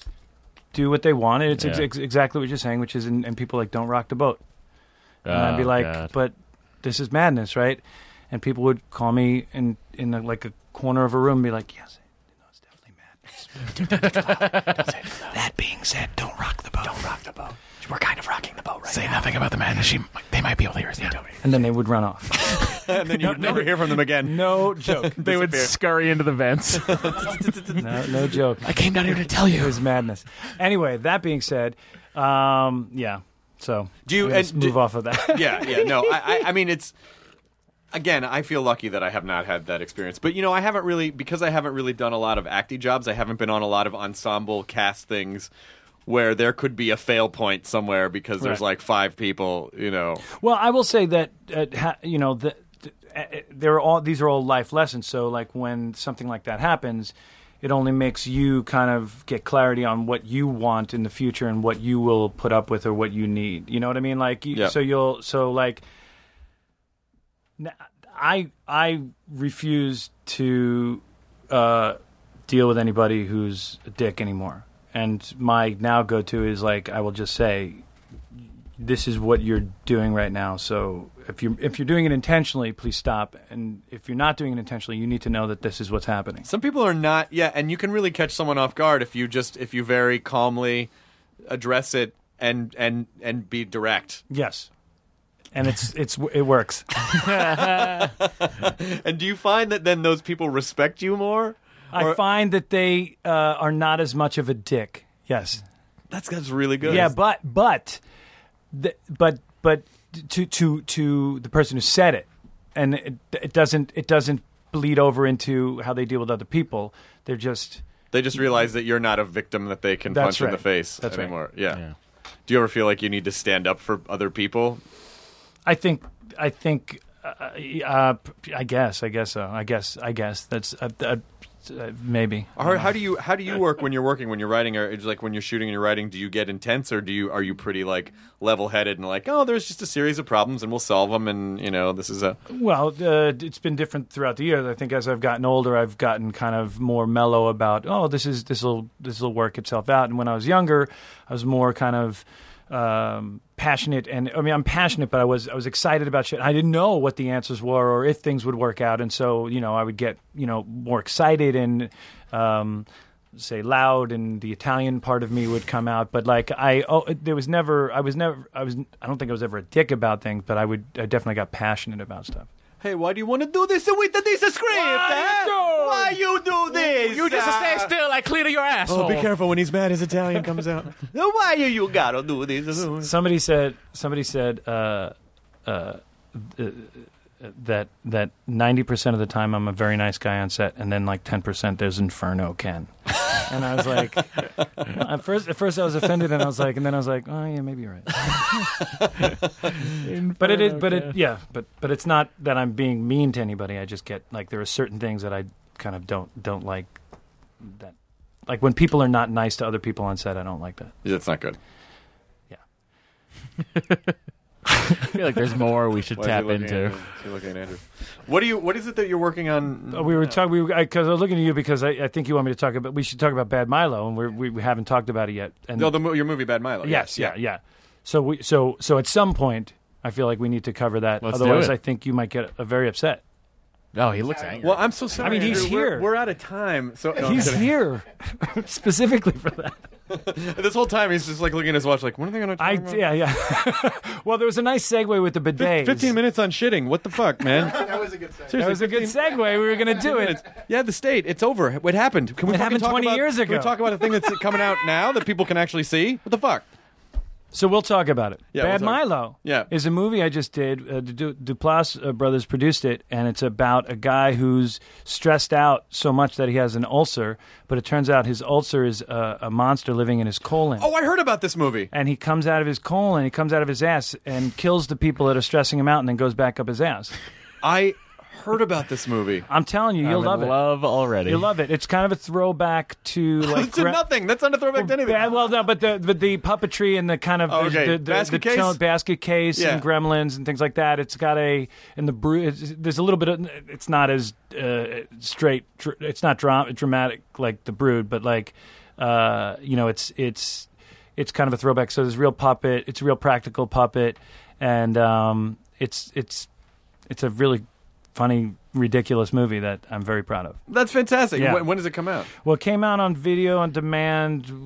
G: do what they wanted. It's ex-
C: Yeah.
G: ex- exactly what you're saying, which is and, and people like don't rock the boat. And I'd be
C: Oh,
G: like,
C: God.
G: but this is madness, right? And people would call me in in a, like a corner of a room and be like, yes. no, it's definitely madness. That being said, don't rock the boat. Don't rock the boat. We're kind of rocking the boat right Say nothing about the madness. they might be able to hear us. And then they would run off.
B: and then you would never hear from them again
G: No joke.
C: they would scurry into the vents.
G: No, no joke.
C: I came down here to tell
G: It
C: you.
G: was madness. Anyway, that being said, um, yeah. So
B: Do you-
G: we just
B: and
G: move
B: do-
G: off of that?
B: yeah, yeah. No, I, I, I mean, it's again, I feel lucky that I have not had that experience. But you know, I haven't really because I haven't really done a lot of acting jobs. I haven't been on a lot of ensemble cast things where there could be a fail point somewhere because there's
G: Right.
B: like five people. You know,
G: well, I will say that uh, ha- you know the, the, uh, uh, they're all these are all life lessons. So like when something like that happens, it only makes you kind of get clarity on what you want in the future and what you will put up with or what you need. You know what I mean? Like you,
B: Yeah.
G: so you'll so like n- I I refuse to uh, deal with anybody who's a dick anymore. And my now go to is like I will just say, this is what you're doing right now. So if you are if you're doing it intentionally, please stop. And if you're not doing it intentionally, you need to know that this is what's happening.
B: some people are not. Yeah, and you can really catch someone off guard if you just if you very calmly address it and and and be direct.
G: Yes, and it's it's it works.
B: And do you find that then those people respect you more?
G: I
B: Or-
G: find that they uh, are not as much of a dick. Yes.
B: That's that's really good.
G: Yeah, but but the, but but to to to the person who said it, and it, it doesn't it doesn't bleed over into how they deal with other people. They're just
B: They just realize that you're not a victim that they can
G: That's
B: punch in the
G: right.
B: face
G: That's right.
B: anymore. Yeah. Do you ever feel like you need to stand up for other people?
G: I think I think uh, uh, I guess I guess so. I guess I guess that's uh, uh, uh, maybe.
B: How, how do you how do you work when you're working when you're writing or it's like when you're shooting and you're writing? Do you get intense or do you are you pretty like level headed and like oh there's just a series of problems and we'll solve them and you know this is a
G: Well, uh, it's been different throughout the years. I think as I've gotten older, I've gotten kind of more mellow about oh, this is this will this will work itself out. And when I was younger, I was more kind of um, passionate, and I mean, I'm passionate, but I was I was excited about shit. I didn't know what the answers were or if things would work out, and so you know, I would get you know more excited and. Um, say loud and the Italian part of me would come out. But like I, oh, there was never, I was never, I was, I don't think I was ever a dick about things, but I would, I definitely got passionate about stuff.
B: hey why do you want to do this with this script? eh? Why you do this? eh? uh,
C: You just stay still. I clear your
G: Oh,
C: asshole.
E: careful when he's mad. His Italian comes out.
B: Why you you gotta do this?
G: Somebody said, somebody said, uh, uh, th- uh, that that ninety percent of the time I'm a very nice guy on set, and then like ten percent there's Inferno Ken, and I was like, at first at first I was offended, and I was like, and then I was like, oh yeah, maybe you're right. but it is but it yeah but but it's not that i'm being mean to anybody i just get like there are certain things that i kind of don't don't like that like when people are not nice to other people on set i don't like that
B: That's not good.
C: I feel like there's more we should
B: Why is he
C: tap
B: looking
C: into.
B: at Andrew? Is he looking at Andrew? What do you what is it that you're working on?
G: Uh, we were talking we because I, was looking at you because I, I think you want me to talk about we should talk about bad milo and we're, we we haven't talked about it yet and
B: No, the, mo- your movie Bad Milo.
G: yes yeah yeah so we so so at some point i feel like we need to cover that
C: Let's do
G: otherwise
C: it.
G: i think you might get uh, very upset
C: Oh, he looks angry.
B: Well, I'm so sorry.
G: I mean, he's
B: Andrew. We're-
G: here.
B: We're, out of time. So no, I'm
G: he's
B: kidding.
G: here specifically for that
B: This whole time, he's just like looking at his watch, like, when are they going to talk
G: I
B: about?
G: yeah yeah. well, there was a nice segue with the bidets.
B: Fifteen minutes on shitting. What the fuck, man? that was a good. Seriously,
G: That was a good
B: 15
G: segue. We were gonna do it.
B: minutes. Yeah, the state. It's over. What happened? Can we
G: It
B: fucking
G: happened
B: talk
G: 20
B: about-
G: years
B: Can
G: ago.
B: we talk about a thing that's coming out now that people can actually see? What the fuck?
G: So we'll talk about it.
B: Yeah,
G: Bad
B: we'll talk-
G: Milo.
B: Yeah.
G: is a movie I just did. Uh, Du- Duplass uh, brothers produced it, and it's about a guy who's stressed out so much that he has an ulcer. But it turns out his ulcer is uh, a monster living in his colon.
B: Oh, I heard about this movie.
G: and he comes out of his colon, he comes out of his ass, and kills the people that are stressing him out, and then goes back up his ass.
B: I heard about this movie.
G: I'm telling you,
C: I'm
G: you'll
C: in
G: love it.
C: love already.
G: You'll love it. It's kind of a throwback to like
B: It's a
G: gra-
B: nothing. That's not a throwback to anything.
G: Oh, Yeah, well, no, but the but the puppetry and the kind of
B: Oh, okay.
G: the, the, the,
B: Basket
G: the
B: case?
G: basket case and
B: Yeah.
G: gremlins and things like that. It's got a and the bru- it's, there's a little bit of it's not as uh, straight. dr- It's not dra- dramatic like the brood, but like uh, you know, it's it's it's kind of a throwback. So there's real puppet. It's a real practical puppet, and um, it's it's it's a really funny, ridiculous movie that I'm very proud of.
B: That's fantastic.
G: Yeah.
B: When, when does it come out?
G: Well, it came out on video on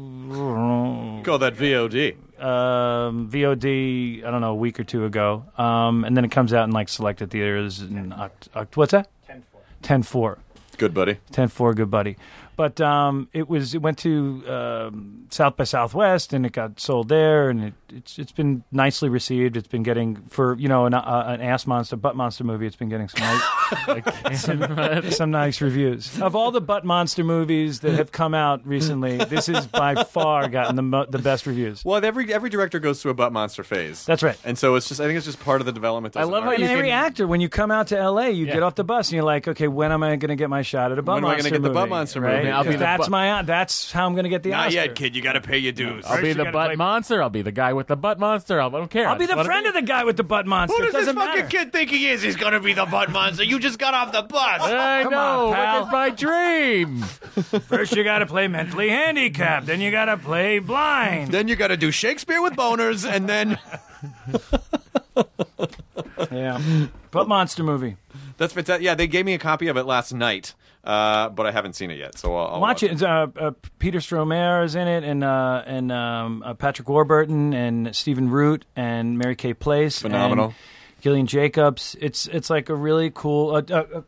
G: demand.
B: Call that VOD.
G: um, VOD, I don't know, a week or two ago. Um, and then it comes out in like selected theaters in oct- oct- what's that? 10 4.
B: Good buddy.
G: 10 4, good buddy. But um, it was it went to um, South by Southwest and it got sold there and it, it's it's been nicely received. It's been getting for you know an, uh, an ass monster butt monster movie. It's been getting some nice, some, some nice reviews. Of all the butt monster movies that have come out recently, this has by far gotten the mo- the best reviews.
B: Well, every every director goes through a butt monster phase.
G: That's right.
B: And so it's just I think it's just part of the development.
C: I love how
B: Doesn't
G: And
C: you
B: matter.
G: every
C: can-
G: actor, when you come out to LA, you
C: Yeah.
G: get off the bus and you're like, okay, when am I going to get my shot at a butt
B: When am I
G: monster
B: gonna get the
G: movie?
B: butt monster
G: right?
B: movie? I'll be
G: Because
C: the
G: that's
C: butt-
G: my that's how I'm going to get the
B: Not
G: Oscar.
B: yet, kid. You got to pay your dues.
C: I'll be the butt monster. I'll be the guy with the butt monster. I'll, I don't care.
G: I'll be the friend of the guy with the butt monster.
B: Who
G: it
B: does this
G: doesn't
B: fucking
G: matter.
B: kid think he is? He's gonna be the butt monster. You just got off the bus.
C: I
G: pal.
C: know. What is my dream?
G: First, you got to play mentally handicapped. Then you got to play blind.
B: then you got to do Shakespeare with boners, and then
G: yeah, butt monster movie.
B: that's fantastic. Yeah, they gave me a copy of it last night, uh, but I haven't seen it yet. So I'll, I'll
G: Watch it. It's, Uh, uh, Peter Stromare is in it, and uh, and um, uh, Patrick Warburton, and Stephen Root, and Mary Kay Place.
B: Phenomenal.
G: And Gillian Jacobs. It's it's like a really cool. Uh, uh, uh,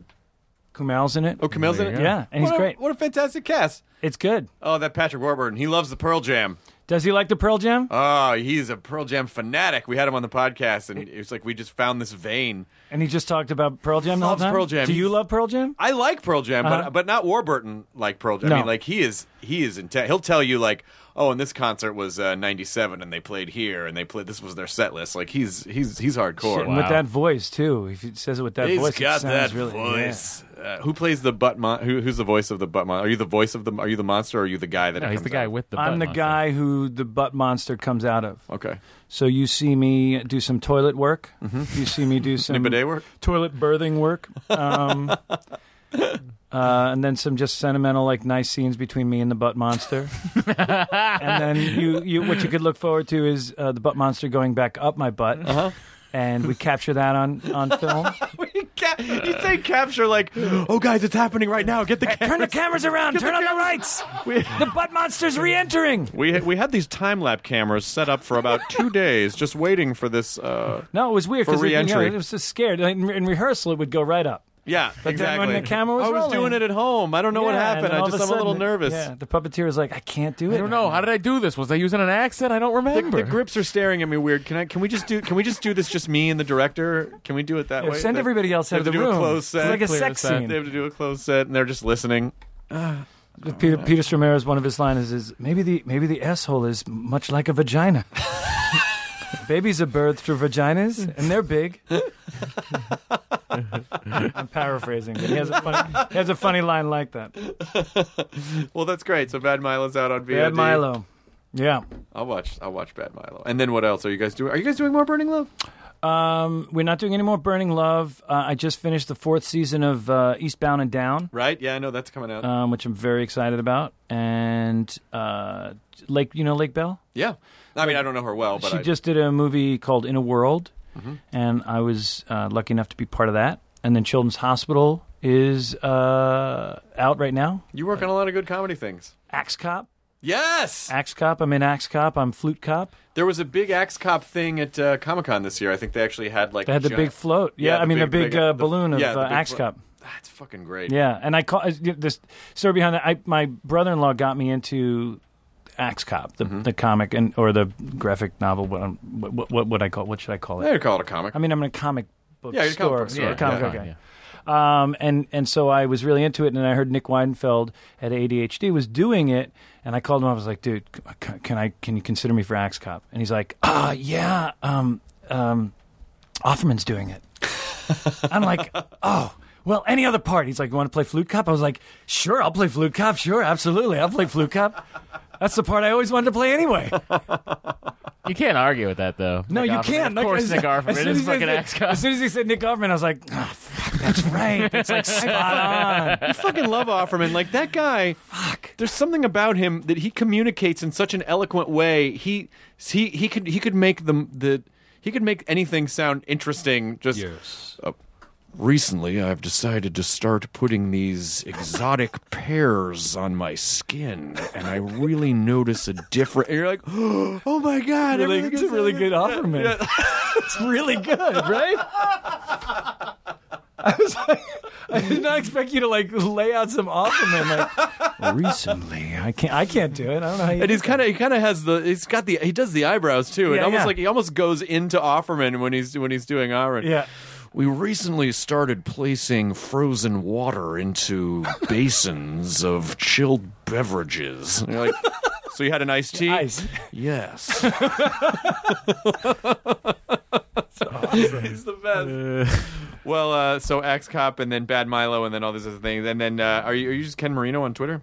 G: Kumail's in it.
B: Oh, Camille's in it.
G: Yeah, and he's
B: What a-
G: great.
B: What a fantastic cast.
G: It's good.
B: Oh, that Patrick Warburton. He loves the Pearl Jam.
G: Does he like the Pearl Jam?
B: Oh, he's a Pearl Jam fanatic. We had him on the podcast, and it was like we just found this vein.
G: And he just talked about Pearl Jam the whole
B: Loves
G: time.
B: Pearl Jam.
G: Do you
B: He's-
G: love Pearl Jam?
B: I like Pearl Jam,
G: Uh-huh.
B: but but not Warburton like Pearl Jam. I
G: No.
B: mean, like he is he is intense. He'll tell you like, oh, and this concert was uh, '97, and they played here, and they played this was their set list. Like he's he's he's hardcore.
G: And With that voice too. If he says it with that
B: He's
G: voice,
B: got
G: it sounds
B: that
G: really, yeah.
B: voice. Uh, who plays the butt? Mon- who, who's the voice of the butt? Mon- are you the voice of the? Are you the monster? or Are you the guy that? it
C: No, Oh, he's the
B: comes
C: guy
B: out?
C: with the.
G: I'm
C: butt
G: the
C: monster.
G: guy who the butt monster comes out of.
B: Okay.
G: So you see me do some toilet work.
B: Mm-hmm.
G: You see me do some
B: Nibbiday work.
G: toilet birthing work, um, uh, and then some just sentimental, like nice scenes between me and the butt monster. and then you, you, what you could look forward to is uh, the butt monster going back up my butt, and we capture that on on film.
B: you, ca- you say capture like, oh guys, it's happening right now. Get the
G: Turn the
B: camera.
G: cameras around. Turn on the lights. the butt monster's re-entering.
B: We we had these time lap cameras set up for about two days, just waiting for this. Uh,
G: No, it was weird
B: For
G: because you know,
B: re-entry.
G: it was just scared. Like, in, in rehearsal, it would go right up.
B: yeah,
G: But then when
B: exactly.
G: the camera was
B: I was
G: rolling-
B: doing it at home. I don't know what
G: Yeah, and
B: happened.
G: then
B: I
G: all of
B: just I'm a
G: sudden
B: little
G: it-
B: nerver's.
G: Yeah, the puppeteer was like, I can't do it.
C: I don't know. Oh, How did I do this? Was I using an accent? I don't remember.
B: The grips are staring at me weird. Can I? Can we just do? Can we just do this? Just me and the director. Can we do it that
G: Yeah,
B: way?
G: send
B: They-
G: everybody else
B: they
G: out of
B: have to
G: the
B: do
G: room.
B: A closed set.
G: It's like a
C: Clear
G: sex
C: set.
G: scene.
B: They have to do a closed set, and they're just listening.
G: Peter, Peter Stormare's one of his lines is maybe the maybe the asshole is much like a vagina. Babies are birthed through vaginas, and they're big. I'm paraphrasing, but he has a funny he has a funny line like that.
B: Well, that's great. So Bad Milo's out on VOD.
G: Bad Milo. Yeah.
B: I'll watch. I'll watch Bad Milo. And then what else are you guys doing? Are you guys doing more Burning Love?
G: Um, we're not doing any more Burning Love. Uh, I just finished the fourth season of uh, Eastbound and Down.
B: Right? Yeah, I know that's coming out.
G: um, which I'm very excited about. And uh, Lake, you know Lake Bell.
B: yeah. I mean, I don't know her well, Oh, but
G: she
B: I, Mm-hmm.
G: just did a movie called In a World, and I was uh, lucky enough to be part of that. And then Children's Hospital is uh, out right now.
B: you work on a lot of good comedy things.
G: Axe Cop,
B: Yes.
G: Axe Cop. I'm in Axe Cop. I'm Flute Cop.
B: There was a big Axe Cop thing at uh, Comic Con this year. I think they actually had like
G: They had the
B: giant-
G: big float. Yeah,
B: Yeah,
G: I
B: the
G: mean the
B: big-
G: big,
B: big-
G: uh,
B: the-
G: balloon of
B: yeah, the
G: uh,
B: big
G: Axe
B: flo-
G: Caup.
B: That's Ah, fucking great.
G: Yeah, and I call I, this story behind that. I, my brother-in-law got me into Axe Cop, the,
B: Mm-hmm.
G: the comic and or the graphic novel. What, I'm- what what what would I call? What should I call it?
B: They call it a comic.
G: I mean, I'm in a comic book
B: Yeah, you're a comic
G: store.
B: book store.
G: Yeah, comic
B: Yeah.
G: book guy. Um, and and so I was really into it, and I heard Nick Weidenfeld at ADHD was doing it, and I called him. up. I was like, "Dude, c- can I can you consider me for Axe Cop?" And he's like, "Ah, yeah, um, um, Offerman's doing it." I'm like, "Oh, well, any other part?" He's like, "You want to play Flute Cop?" I was like, "Sure, I'll play Flute Cop. Sure, absolutely, I'll play Flute Cop." That's the part I always wanted to play anyway.
C: You can't argue with that though.
G: No,
C: Nick
G: you
C: Offerman.
G: can't.
C: Of
G: Like,
C: course,
G: as-
C: Nick Offerman
G: as
C: it
G: soon
C: is
G: as he
C: fucking
G: said-
C: Axe Cop.
G: As soon as he said Nick Offerman, I was like, oh, fuck, that's right. It's like spot on.
B: I fucking love Offerman. Like that guy. Fuck. There's something about him that he communicates in such an eloquent way. He he he could he could make the the he could make anything sound interesting. Just Uh, recently, I've decided to start putting these exotic pears on my skin, and I really notice a different. And you're like, oh my god,
G: Really,
B: everything
G: it's a
B: is-
G: really good Offerman. It's really good, right? I was like, I did not expect you to like lay out some Offerman. Like recently, I can't. I can't do it. I don't know how you.
B: And he's kind of he kind of has the he's got the he does the eyebrows too. It
G: Yeah,
B: almost
G: yeah.
B: like he almost goes into Offerman when he's when he's doing Offerman.
G: Yeah.
B: We recently started placing frozen water into basins of chilled beverages. And you're like, so you had an iced tea?
G: Ice.
B: Yes. He's the best. Well, uh, so Axe Cop and then Bad Milo and then all these other things. And then uh, are, you, are you just Ken Marino on Twitter?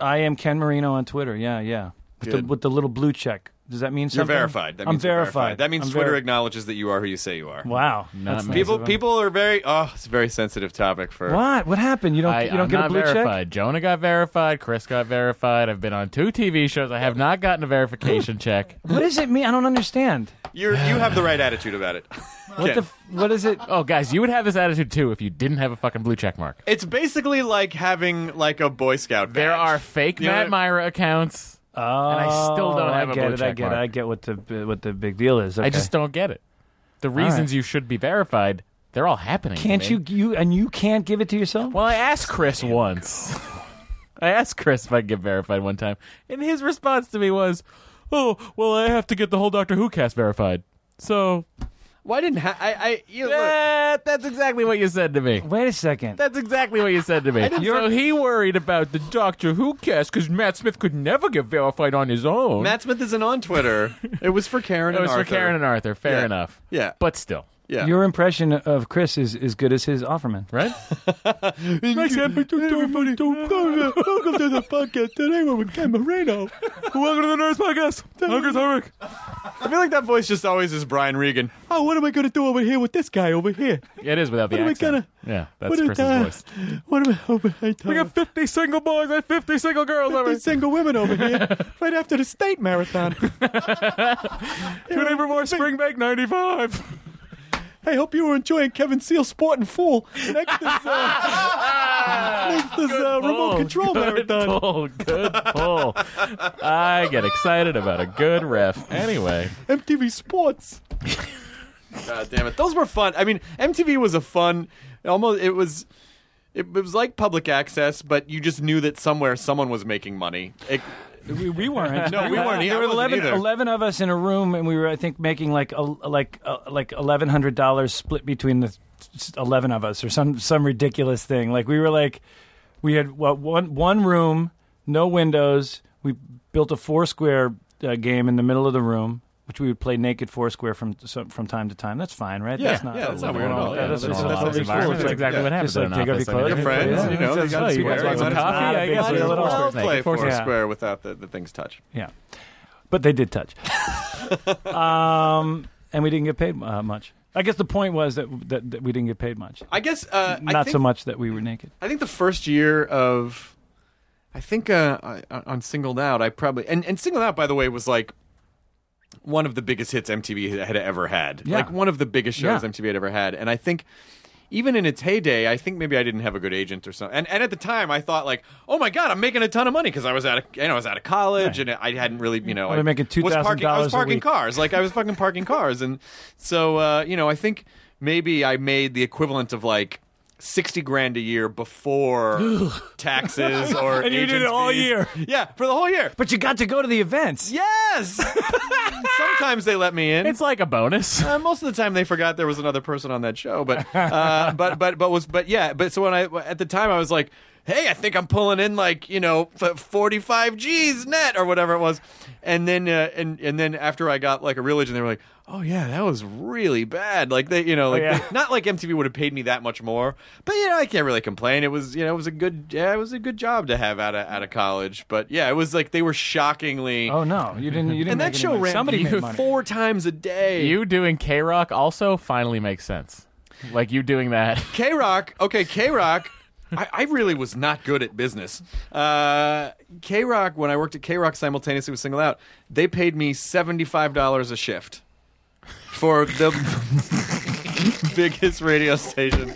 G: I am Ken Marino on Twitter. Yeah, yeah. With the,
B: Good.
G: with the little blue check. Does that mean
B: You're
G: something?
B: verified. That
G: I'm
B: means you're
G: verified.
B: That means
G: I'm
B: Twitter
G: veri-
B: acknowledges that you are who you say you are.
G: wow.
C: Not me.
B: People, people are very. Oh, it's a very sensitive topic for.
G: What? What happened? You don't.
C: I,
G: you don't
C: I'm
G: get
C: not
G: a blue check.
C: verified. Jonah got verified. Chris got verified. I've been on two TV shows. I have not gotten a verification check.
G: What does it mean? I don't understand.
B: You're, you have the right attitude about it.
G: What the? f- What is it?
C: Oh, guys, you would have this attitude too if you didn't have a fucking blue check mark.
B: It's basically like having like a Boy Scout.
C: There
B: badge.
C: are fake
B: You know
C: Matt
B: what-
C: Myra accounts.
G: Oh,
C: I still don't have
G: I
C: a
G: get it.
C: blue
G: I
C: check
G: get it.
C: mark.
G: I get what the what the big deal is.
C: I
G: Okay.
C: just don't get it. The reasons you should be verified, they're all happening. to
G: can't
C: me.
G: you you and you can't give it to yourself.
C: Well, I asked Chris once. I asked Chris if I could get verified one time, and his response to me was, "Oh, well, I have to get the whole Doctor Who cast verified." So,
B: Why didn't ha- I? I you look,
C: Yeah, that's exactly what you said to me.
G: Wait a second.
C: That's exactly what you said to me. So he worried about the Doctor Who cast because Matt Smith could never get verified on his own.
B: Matt Smith isn't on Twitter. it was for Karen.
C: it
B: and
C: was
B: Arthur.
C: for Karen and Arthur. Fair
B: Yeah.
C: enough.
B: Yeah.
C: but still,
B: Yeah.
G: Your impression of Chris is as good as his Offerman.
C: right?
B: everybody.
C: Welcome to the podcast today. We're with Ken Moreno. Welcome to the Nurse Podcast. I'm Chris Hardwick.
B: I feel like that voice just always is Brian Regan. Oh, what am I going to do over here with this guy over here?
C: It is without the
B: What am I
C: accent.
B: gonna-
C: yeah, that's
B: what am I
C: Chris's
B: gonna-
C: voice.
B: What am I over here?
C: We got 50 single boys and 50 single girls. over
B: these single women over here right after the state marathon.
C: Tune in for more Spring Break 95.
B: I hope you were enjoying Kevin Seal Sport and Fool. Next is, uh, next is uh, remote control
C: Oh, good
B: marathon.
C: Pull, good pull. I get excited about a good ref. Anyway,
B: MTV Sports. God damn it! Those were fun. I mean, MTV was a fun. Almost it was. It, it was like public access, but you just knew that somewhere someone was making money. It,
G: We, we weren't.
B: No, we weren't. Yeah,
G: There
B: I
G: were
B: wasn't
G: 11,
B: either.
G: 11 of us in a room, and we were, I think, making like a, like uh like eleven hundred dollars split between the s- eleven of us, or some some ridiculous thing. Like we were like, we had what one one room, no windows. We built a four square uh, game in the middle of the room. Which we would play naked foursquare from some- from time to time. That's fine, right?
B: Yeah,
G: that's not,
B: yeah, that's not weird at all.
G: Yeah, that's,
B: Yeah,
G: that's,
B: that's-
G: that's,
B: that's
G: cool.
B: That's
G: It's like-
C: exactly what happens
G: just like
C: in an
G: take out
C: office.
G: your clothes.
B: Your friends, you know,
G: that's
B: you gotta
G: fine.
B: speak
G: guys
B: up.
G: want
B: It's
G: some
B: not
G: coffee?
B: a
G: I
C: big
G: guess
C: deal
G: we
C: at
G: will.
C: all.
B: Well,
C: Snake.
B: play
C: Of course
B: four
G: not.
B: square without the, the things touch.
G: Yeah. But they did touch. um, and we didn't get paid uh, much. I guess the point was that, that, that we didn't get paid much.
B: I guess uh, I
G: Not
B: think,
G: so much that we were naked.
B: I think the first year of, I think uh, I, on Singled Out, I probably and, and Singled Out by the way was like one of the biggest hits MTV had ever had.
G: Yeah.
B: Like one of the biggest shows
G: Yeah.
B: MTV had ever had, and I think. Even in its heyday, I think maybe I didn't have a good agent or something. And, and at the time, I thought like, "Oh my god, I'm making a ton of money because I was out of you know I was out of college and I hadn't really you know
G: I've been making
B: was parking- I
G: $2,000
B: was
G: a
B: parking
G: week.
B: cars. Like I was fucking parking cars, and so uh, you know, I think maybe I made the equivalent of like sixty grand a year before taxes or
G: And you did it
B: agents'
G: all
B: fees.
G: year.
B: Yeah, for the whole year.
G: But you got to go to the events.
B: Yes. Sometimes they let me in.
C: It's like a bonus.
B: Uh, most of the time, they forgot there was another person on that show, but uh, but but but was but yeah, but so when I at the time I was like, hey, I think I'm pulling in like you know forty five G's net or whatever it was, and then uh, and and then after I got like a real agent, they were like, oh yeah, that was really bad. Like they you know like
G: Oh, yeah.
B: they- not like MTV would have paid me that much more, but you know I can't really complain. It was you know it was a good yeah it was a good job to have out of out of college, but yeah it was like they were shockingly.
G: Oh, no. You didn't. You didn't
B: and
G: make
B: that
G: any
B: show
G: money.
B: ran
G: Somebody made money.
B: four times a day.
C: You doing K Rock also finally makes sense. Like you doing that.
B: K Rock. Okay, K Rock. I, I really was not good at business. Uh, K Rock, when I worked at K Rock simultaneously with Single Out, they paid me $75 a shift for the biggest radio station.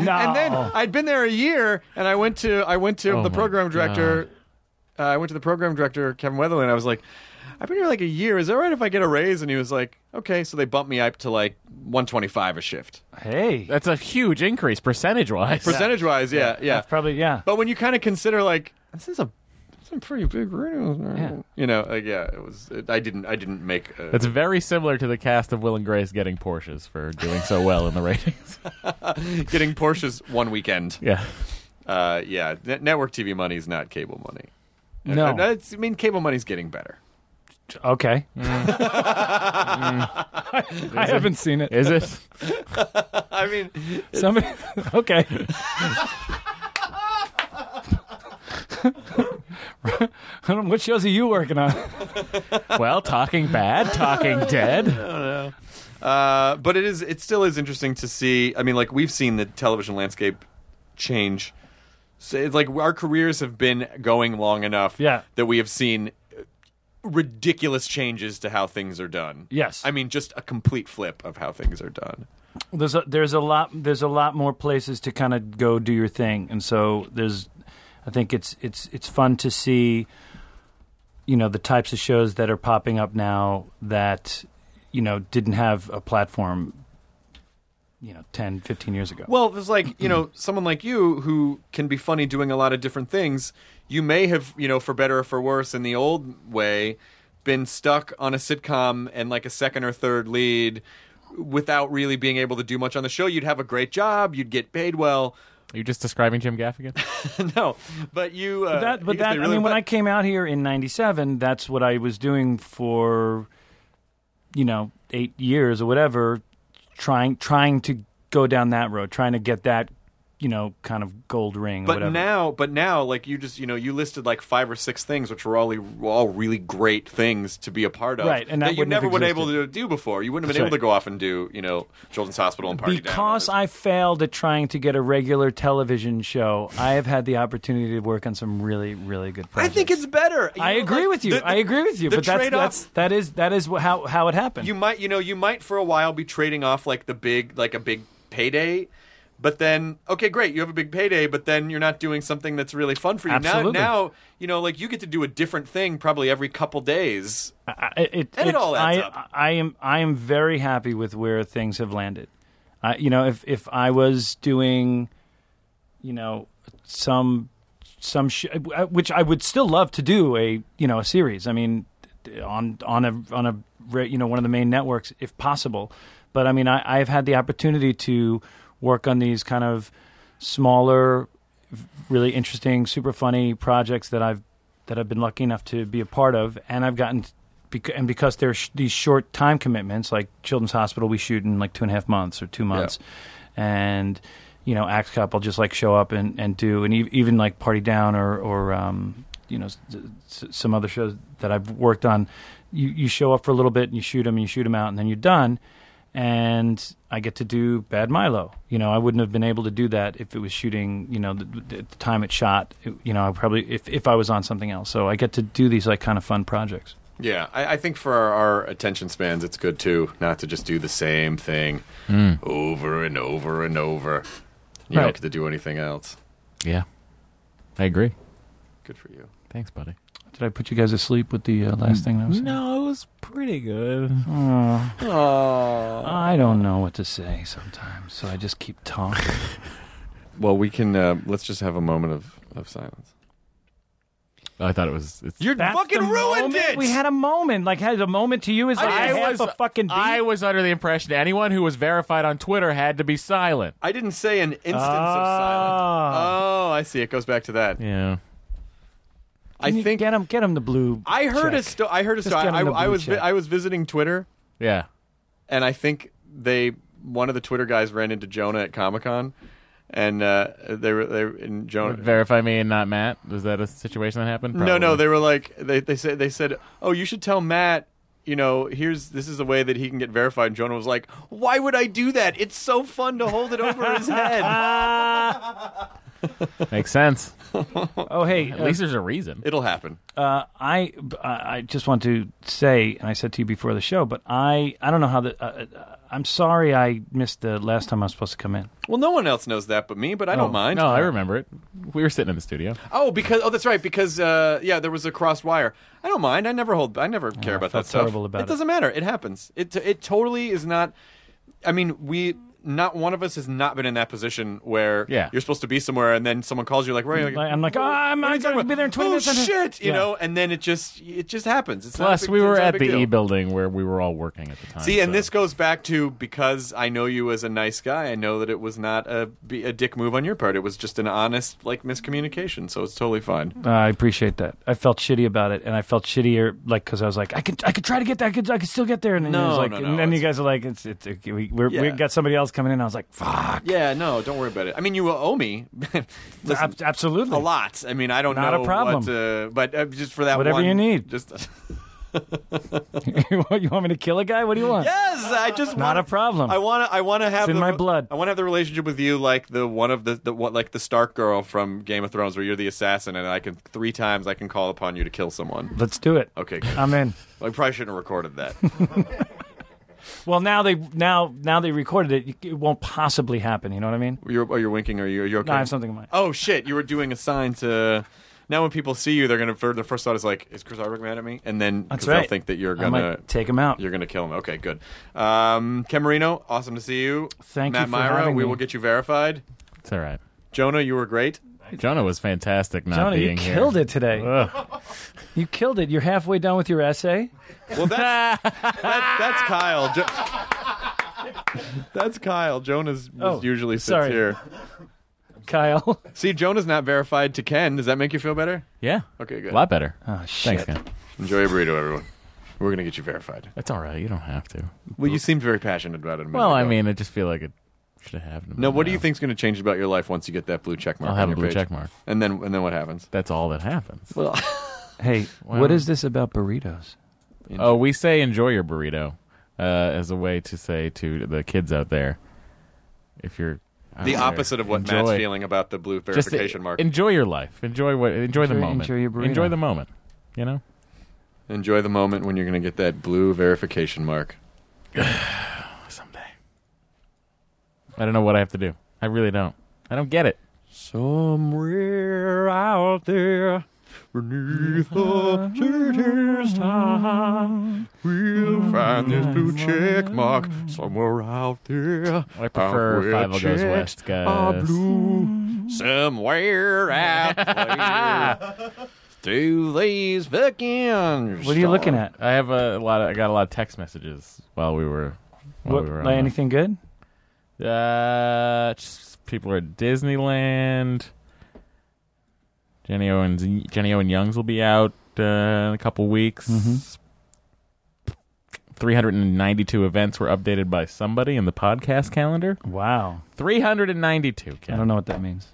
G: No.
B: And then
G: Oh.
B: I'd been there a year, and I went to I went to
C: Oh
B: the
C: my
B: program director. Uh, I went to the program director Kevin Weatherly, and I was like, "I've been here like a year. Is it all right if I get a raise?" And he was like, "Okay." So they bumped me up to like 125 a shift,
G: hey.
C: That's a huge increase percentage wise.
B: percentage wise. Yeah, yeah.
G: That's probably, yeah.
B: But when you kind of consider like this is a it's a pretty big radio,
G: Yeah.
B: you know, like yeah, it was. It, I didn't I didn't make. uh, A,
C: That's very similar to the cast of Will and Grace getting Porsches for doing so well in the ratings.
B: getting Porsches one weekend.
C: yeah.
B: Uh, yeah, net- network TV money is not cable money.
G: No.
B: Uh, it's, I mean cable money's getting better.
G: Okay. Mm. I haven't seen it.
C: Is it?
B: I mean,
G: Somebody. Okay. I don't know, what shows are you working on?
C: Well, talking bad, talking dead.
B: uh, but it is it still is interesting to see. I mean, like we've seen the television landscape change. So it's like our careers have been going long enough
G: Yeah.
B: that we have seen uh, ridiculous changes to how things are done.
G: Yes.
B: I mean, just a complete flip of how things are done.
G: there's a, there's a lot there's a lot more places to kind of go do your thing, and so there's I think it's it's it's fun to see you know the types of shows that are popping up now that you know didn't have a platform you know 10 15 years ago.
B: Well, there's like, you know, someone like you who can be funny doing a lot of different things. You may have, you know, for better or for worse in the old way, been stuck on a sitcom and like a second or third lead without really being able to do much on the show. You'd have a great job, you'd get paid well.
C: You're just describing Jim Gaffigan.
B: no, but you. Uh,
G: that, but
B: guess
G: that,
B: they
G: I
B: really
G: mean, when
B: put-
G: I came out here in '97, that's what I was doing for, you know, eight years or whatever, trying trying to go down that road, trying to get that, you know, kind of gold ring. or
B: But
G: whatever.
B: now, but now, like you just you know you listed like five or six things which were all e, all really great things to be a part of,
G: Right, and that
B: you
G: wouldn't have
B: never been able to
G: existed.
B: do before. You wouldn't have been
G: That's
B: able to
G: right.
B: go off and do you know Children's Hospital and Party Down and all
G: because
B: this.
G: I failed at trying to get a regular television show, I have had the opportunity to work on some really, really good
B: I
G: projects.
B: think it's better. You
G: I
B: know,
G: agree
B: like,
G: with you.
B: the- the-
G: I agree with you.
B: The
G: But that's,
B: trade-off-
G: that's that is that is wh- how how it happened.
B: you might you know you might for a while be trading off like the big like a big payday but then okay great you have a big payday but then you're not doing something that's really fun for you
G: Absolutely.
B: now now you know like you get to do a different thing probably every couple days
G: I, it, it,
B: And it all adds
G: I,
B: up.
G: I am I am very happy with where things have landed. I, you know, if if I was doing, you know, some some sh- uh, which I would still love to do a you know a series. I mean, on on a on a re- you know one of the main networks if possible. But I mean, I, I've had the opportunity to work on these kind of smaller, really interesting, super funny projects that I've that I've been lucky enough to be a part of, and I've gotten bec- and because there's sh- these short time commitments, like Children's Hospital, we shoot in like two and a half months or two months, and you know, Axe Cop, I'll just like show up and, and do, and e- even like Party Down or or um, you know s- s- some other shows that I've worked on, you you show up for a little bit and you shoot them and you shoot them out and then you're done. And I get to do Bad Milo. You know, I wouldn't have been able to do that if it was shooting. You know, the, the, at the time it shot. it- you know, I probably if if I was on something else. So I get to do these like kind of fun projects.
B: yeah i, I think for our, our attention spans it's good too not to just do the same thing
C: Hmm.
B: over and over and over you don't
C: Right.
B: get to do anything else
C: yeah, I agree.
B: good for you
C: Thanks, buddy.
G: Did I put you guys asleep with the uh,
B: Mm,
G: last thing that I was? saying?
C: No, it was pretty good.
G: Oh. I don't know what to say sometimes, so I just keep talking.
B: well we can uh, let's just have a moment of, of silence
C: I thought it was. It's,
B: you're
G: That's
B: fucking
G: the
B: ruined
G: moment-
B: it
G: We had a moment. Like, had a moment to you is like
C: I
G: half
C: was-
G: a fucking beat.
C: I was under the impression anyone who was verified on Twitter had to be silent.
B: I didn't say an instance of
G: Ah.
B: silence. Oh, I see. It goes back to that.
C: Yeah.
B: I
G: Can you
B: think
G: get him, get him the blue.
B: I heard a
G: check.
B: sto- I heard a
G: Just
B: story.
G: get
B: I,
G: him the
B: I
G: blue
B: was vi-
G: check.
B: I was visiting Twitter,
C: Yeah.
B: and I think they one of the Twitter guys ran into Jonah at Comic Con, and uh, they were they were in Jonah.
C: Verify me and not Matt. Was that a situation that happened?
B: No, no,
C: Probably.
B: they were like they they said they said, "Oh, you should tell Matt, you know, here's this is a way that he can get verified." And Jonah was like, "Why would I do that? It's so fun to hold it over his head."
C: Makes sense.
G: Oh, hey,
C: At
G: uh,
C: least there's a reason.
B: It'll happen.
G: uh, I I I just want to say, and I said to you before the show, but I I don't know how the. Uh, uh, I'm sorry, I missed the last time I was supposed to come in.
B: Well, no one else knows that but me, but I don't mind.
C: No, I remember it. We were sitting in the studio.
B: Oh, because oh, that's right. Because uh, yeah, there was a crossed wire. I don't mind. I never hold. I never care about
G: felt
B: that stuff.
G: terrible about it.
B: doesn't matter. It happens. It it totally is not. I mean, we not one of us has not been in that position where
C: Yeah.
B: you're supposed to be somewhere and then someone calls you like, where are you?
G: Like, I'm like,
B: "Oh,
G: "Ah, I'm-
B: what are you
G: I'm
B: talking
G: gonna be
B: about?"
G: there in 20
B: oh,
G: minutes."
B: shit, you
G: Yeah.
B: know, and then it just it just happens. It's not a
C: Plus,
B: big-
C: we
B: it's
C: were
B: not a
C: at
B: big
C: the
B: deal.
C: E building where we were all working at the time.
B: See, and
C: so-
B: this goes back to because I know you as a nice guy. I know that it was not a be- a dick move on your part. It was just an honest like miscommunication. So it's totally fine.
G: Uh, I appreciate that. I felt shitty about it, and I felt shittier, like because I was like, I could, I could try to get there, I could, I could still get there, and then, it
B: No,
G: was like,
B: no, no,
G: and then you
B: it's-
G: guys are like, it's, it's, okay, we, we're, we
B: Yeah.
G: got somebody else coming in. I was like, fuck,
B: Yeah, no, don't worry about it. I mean, you owe me listen,
G: Ab- absolutely,
B: a lot. I mean, I don't
G: Not
B: know
G: a problem.
B: what, uh, but uh, just for that,
G: Whatever
B: one-
G: you need.
B: Just yes,
G: you want me to kill a guy? What do you want?
B: I just
G: Not
B: wanna,
G: a problem.
B: I want to. I want to have
G: It's in
B: the-
G: my blood.
B: I want to have the relationship with you, like the one of the, the what, like the Stark girl from Game of Thrones, where you're the assassin, and I can three times I can call upon you to kill someone.
G: Let's do it.
B: Okay, good.
G: I'm in.
B: I probably shouldn't have recorded that.
G: Well, now they now now they recorded it. It won't possibly happen. You know what I mean?
B: you're, are you winking? Are you? Are you okay?
G: No, I have something in mind.
B: Oh shit! You were doing a sign to. Now when people see you, they're gonna. Their first thought is like, "Is Chris Hardwick mad at me?" And then 'cause
G: That's
B: they'll
G: right.
B: think that you're
G: I
B: gonna
G: might take him out.
B: You're gonna kill him. Okay, good. Um, Ken Marino, awesome to see you.
G: Thank you
B: Matt
G: for
B: Myra,
G: having
B: we
G: me.
B: will get you verified.
C: It's all right.
B: Jonah, you were great.
C: Jonah was fantastic not
G: Jonah, you
C: being here.
G: killed it today.
C: Ugh.
G: You killed it. You're halfway done with your essay.
B: Well, that's that, that's Kyle. Jo- That's Kyle. Jonah's
G: Oh,
B: was usually sits
G: sorry.
B: here.
G: Kyle.
B: See, Jonah's not verified to Ken. Does that make you feel better?
C: Yeah.
B: Okay, good.
C: A lot better.
G: Oh,
C: Thanks,
G: shit.
C: Ken.
B: Enjoy your burrito, everyone. We're gonna get you verified.
C: That's all right. You don't have to.
B: Well, you seemed very passionate about it. a minute
C: Well, I
B: ago.
C: mean, I just feel like it should have happened.
B: no.
C: by
B: What do
C: now.
B: you think's gonna change about your life once you get that blue check mark?
C: I'll
B: on
C: have a
B: your
C: blue
B: page?
C: check mark.
B: And then, and then what happens?
C: That's all that happens.
B: Well,
G: Hey,
C: Wow.
G: what is this about burritos?
C: Oh, we say enjoy your burrito uh, as a way to say to the kids out there, if you're out
B: the
C: there,
B: opposite of what
C: enjoy.
B: Matt's feeling about the blue
C: Just
B: verification mark.
C: Enjoy your life. Enjoy what. Enjoy, the
G: Enjoy-
C: moment.
G: enjoy your burrito.
C: Enjoy the moment. You know.
B: Enjoy the moment when you're gonna get that blue verification mark.
C: Someday. I don't know what I have to do. I really don't. I don't get it.
B: Somewhere out there, beneath the city's time, we'll find this blue check mark somewhere out there.
C: I prefer
B: Out where
C: Five O Goes
B: checks
C: West, guys.
B: are blue somewhere out there. Do these fucking.
G: What are you looking at?
C: I have a lot. Of, I got a lot of text messages while we were. While
G: What,
C: we were on
G: like
C: the-
G: anything good?
C: Uh, just people are at Disneyland. Jenny Owens, Jenny Owen Youngs will be out uh, in a couple weeks.
G: Mhm.
C: Mm-hmm. 392 events were updated by somebody in the podcast calendar.
G: Wow.
C: 392. Ken.
G: I don't know what that means.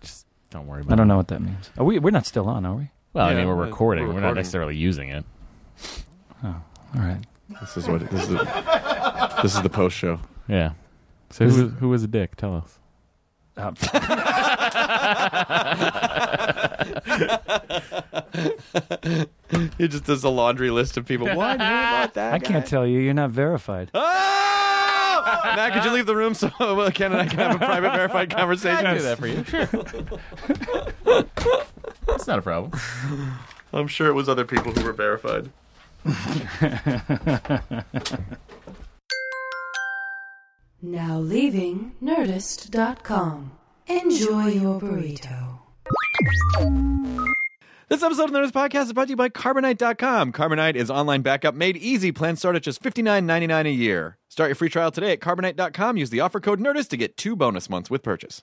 C: Just don't worry about
G: I
C: it.
G: don't know what that means. Are we? We're not still on, are we?
C: Well, I
B: Yeah,
C: mean, we're
B: we're-
C: recording. We're,
B: we're
C: not
B: recording.
C: necessarily using it.
G: All right.
B: This is what. This is the, this is the post show.
C: Yeah. So who was, who was a dick? Tell us.
G: Uh,
B: It just does a laundry list of people. What? You want that
G: I can't tell you. You're not verified.
B: Oh! Matt, could you leave the room so uh, Ken and I can have a private verified conversation?
C: for you. Sure. That's not a problem.
B: I'm sure it was other people who were verified.
F: Now leaving Nerdist.com. Enjoy your burrito.
B: This episode of the Nerdist Podcast is brought to you by Carbonite.com. Carbonite is online backup made easy. Plans start at just $59.99 a year. Start your free trial today at Carbonite.com. Use the offer code NERDIST to get two bonus months with purchase.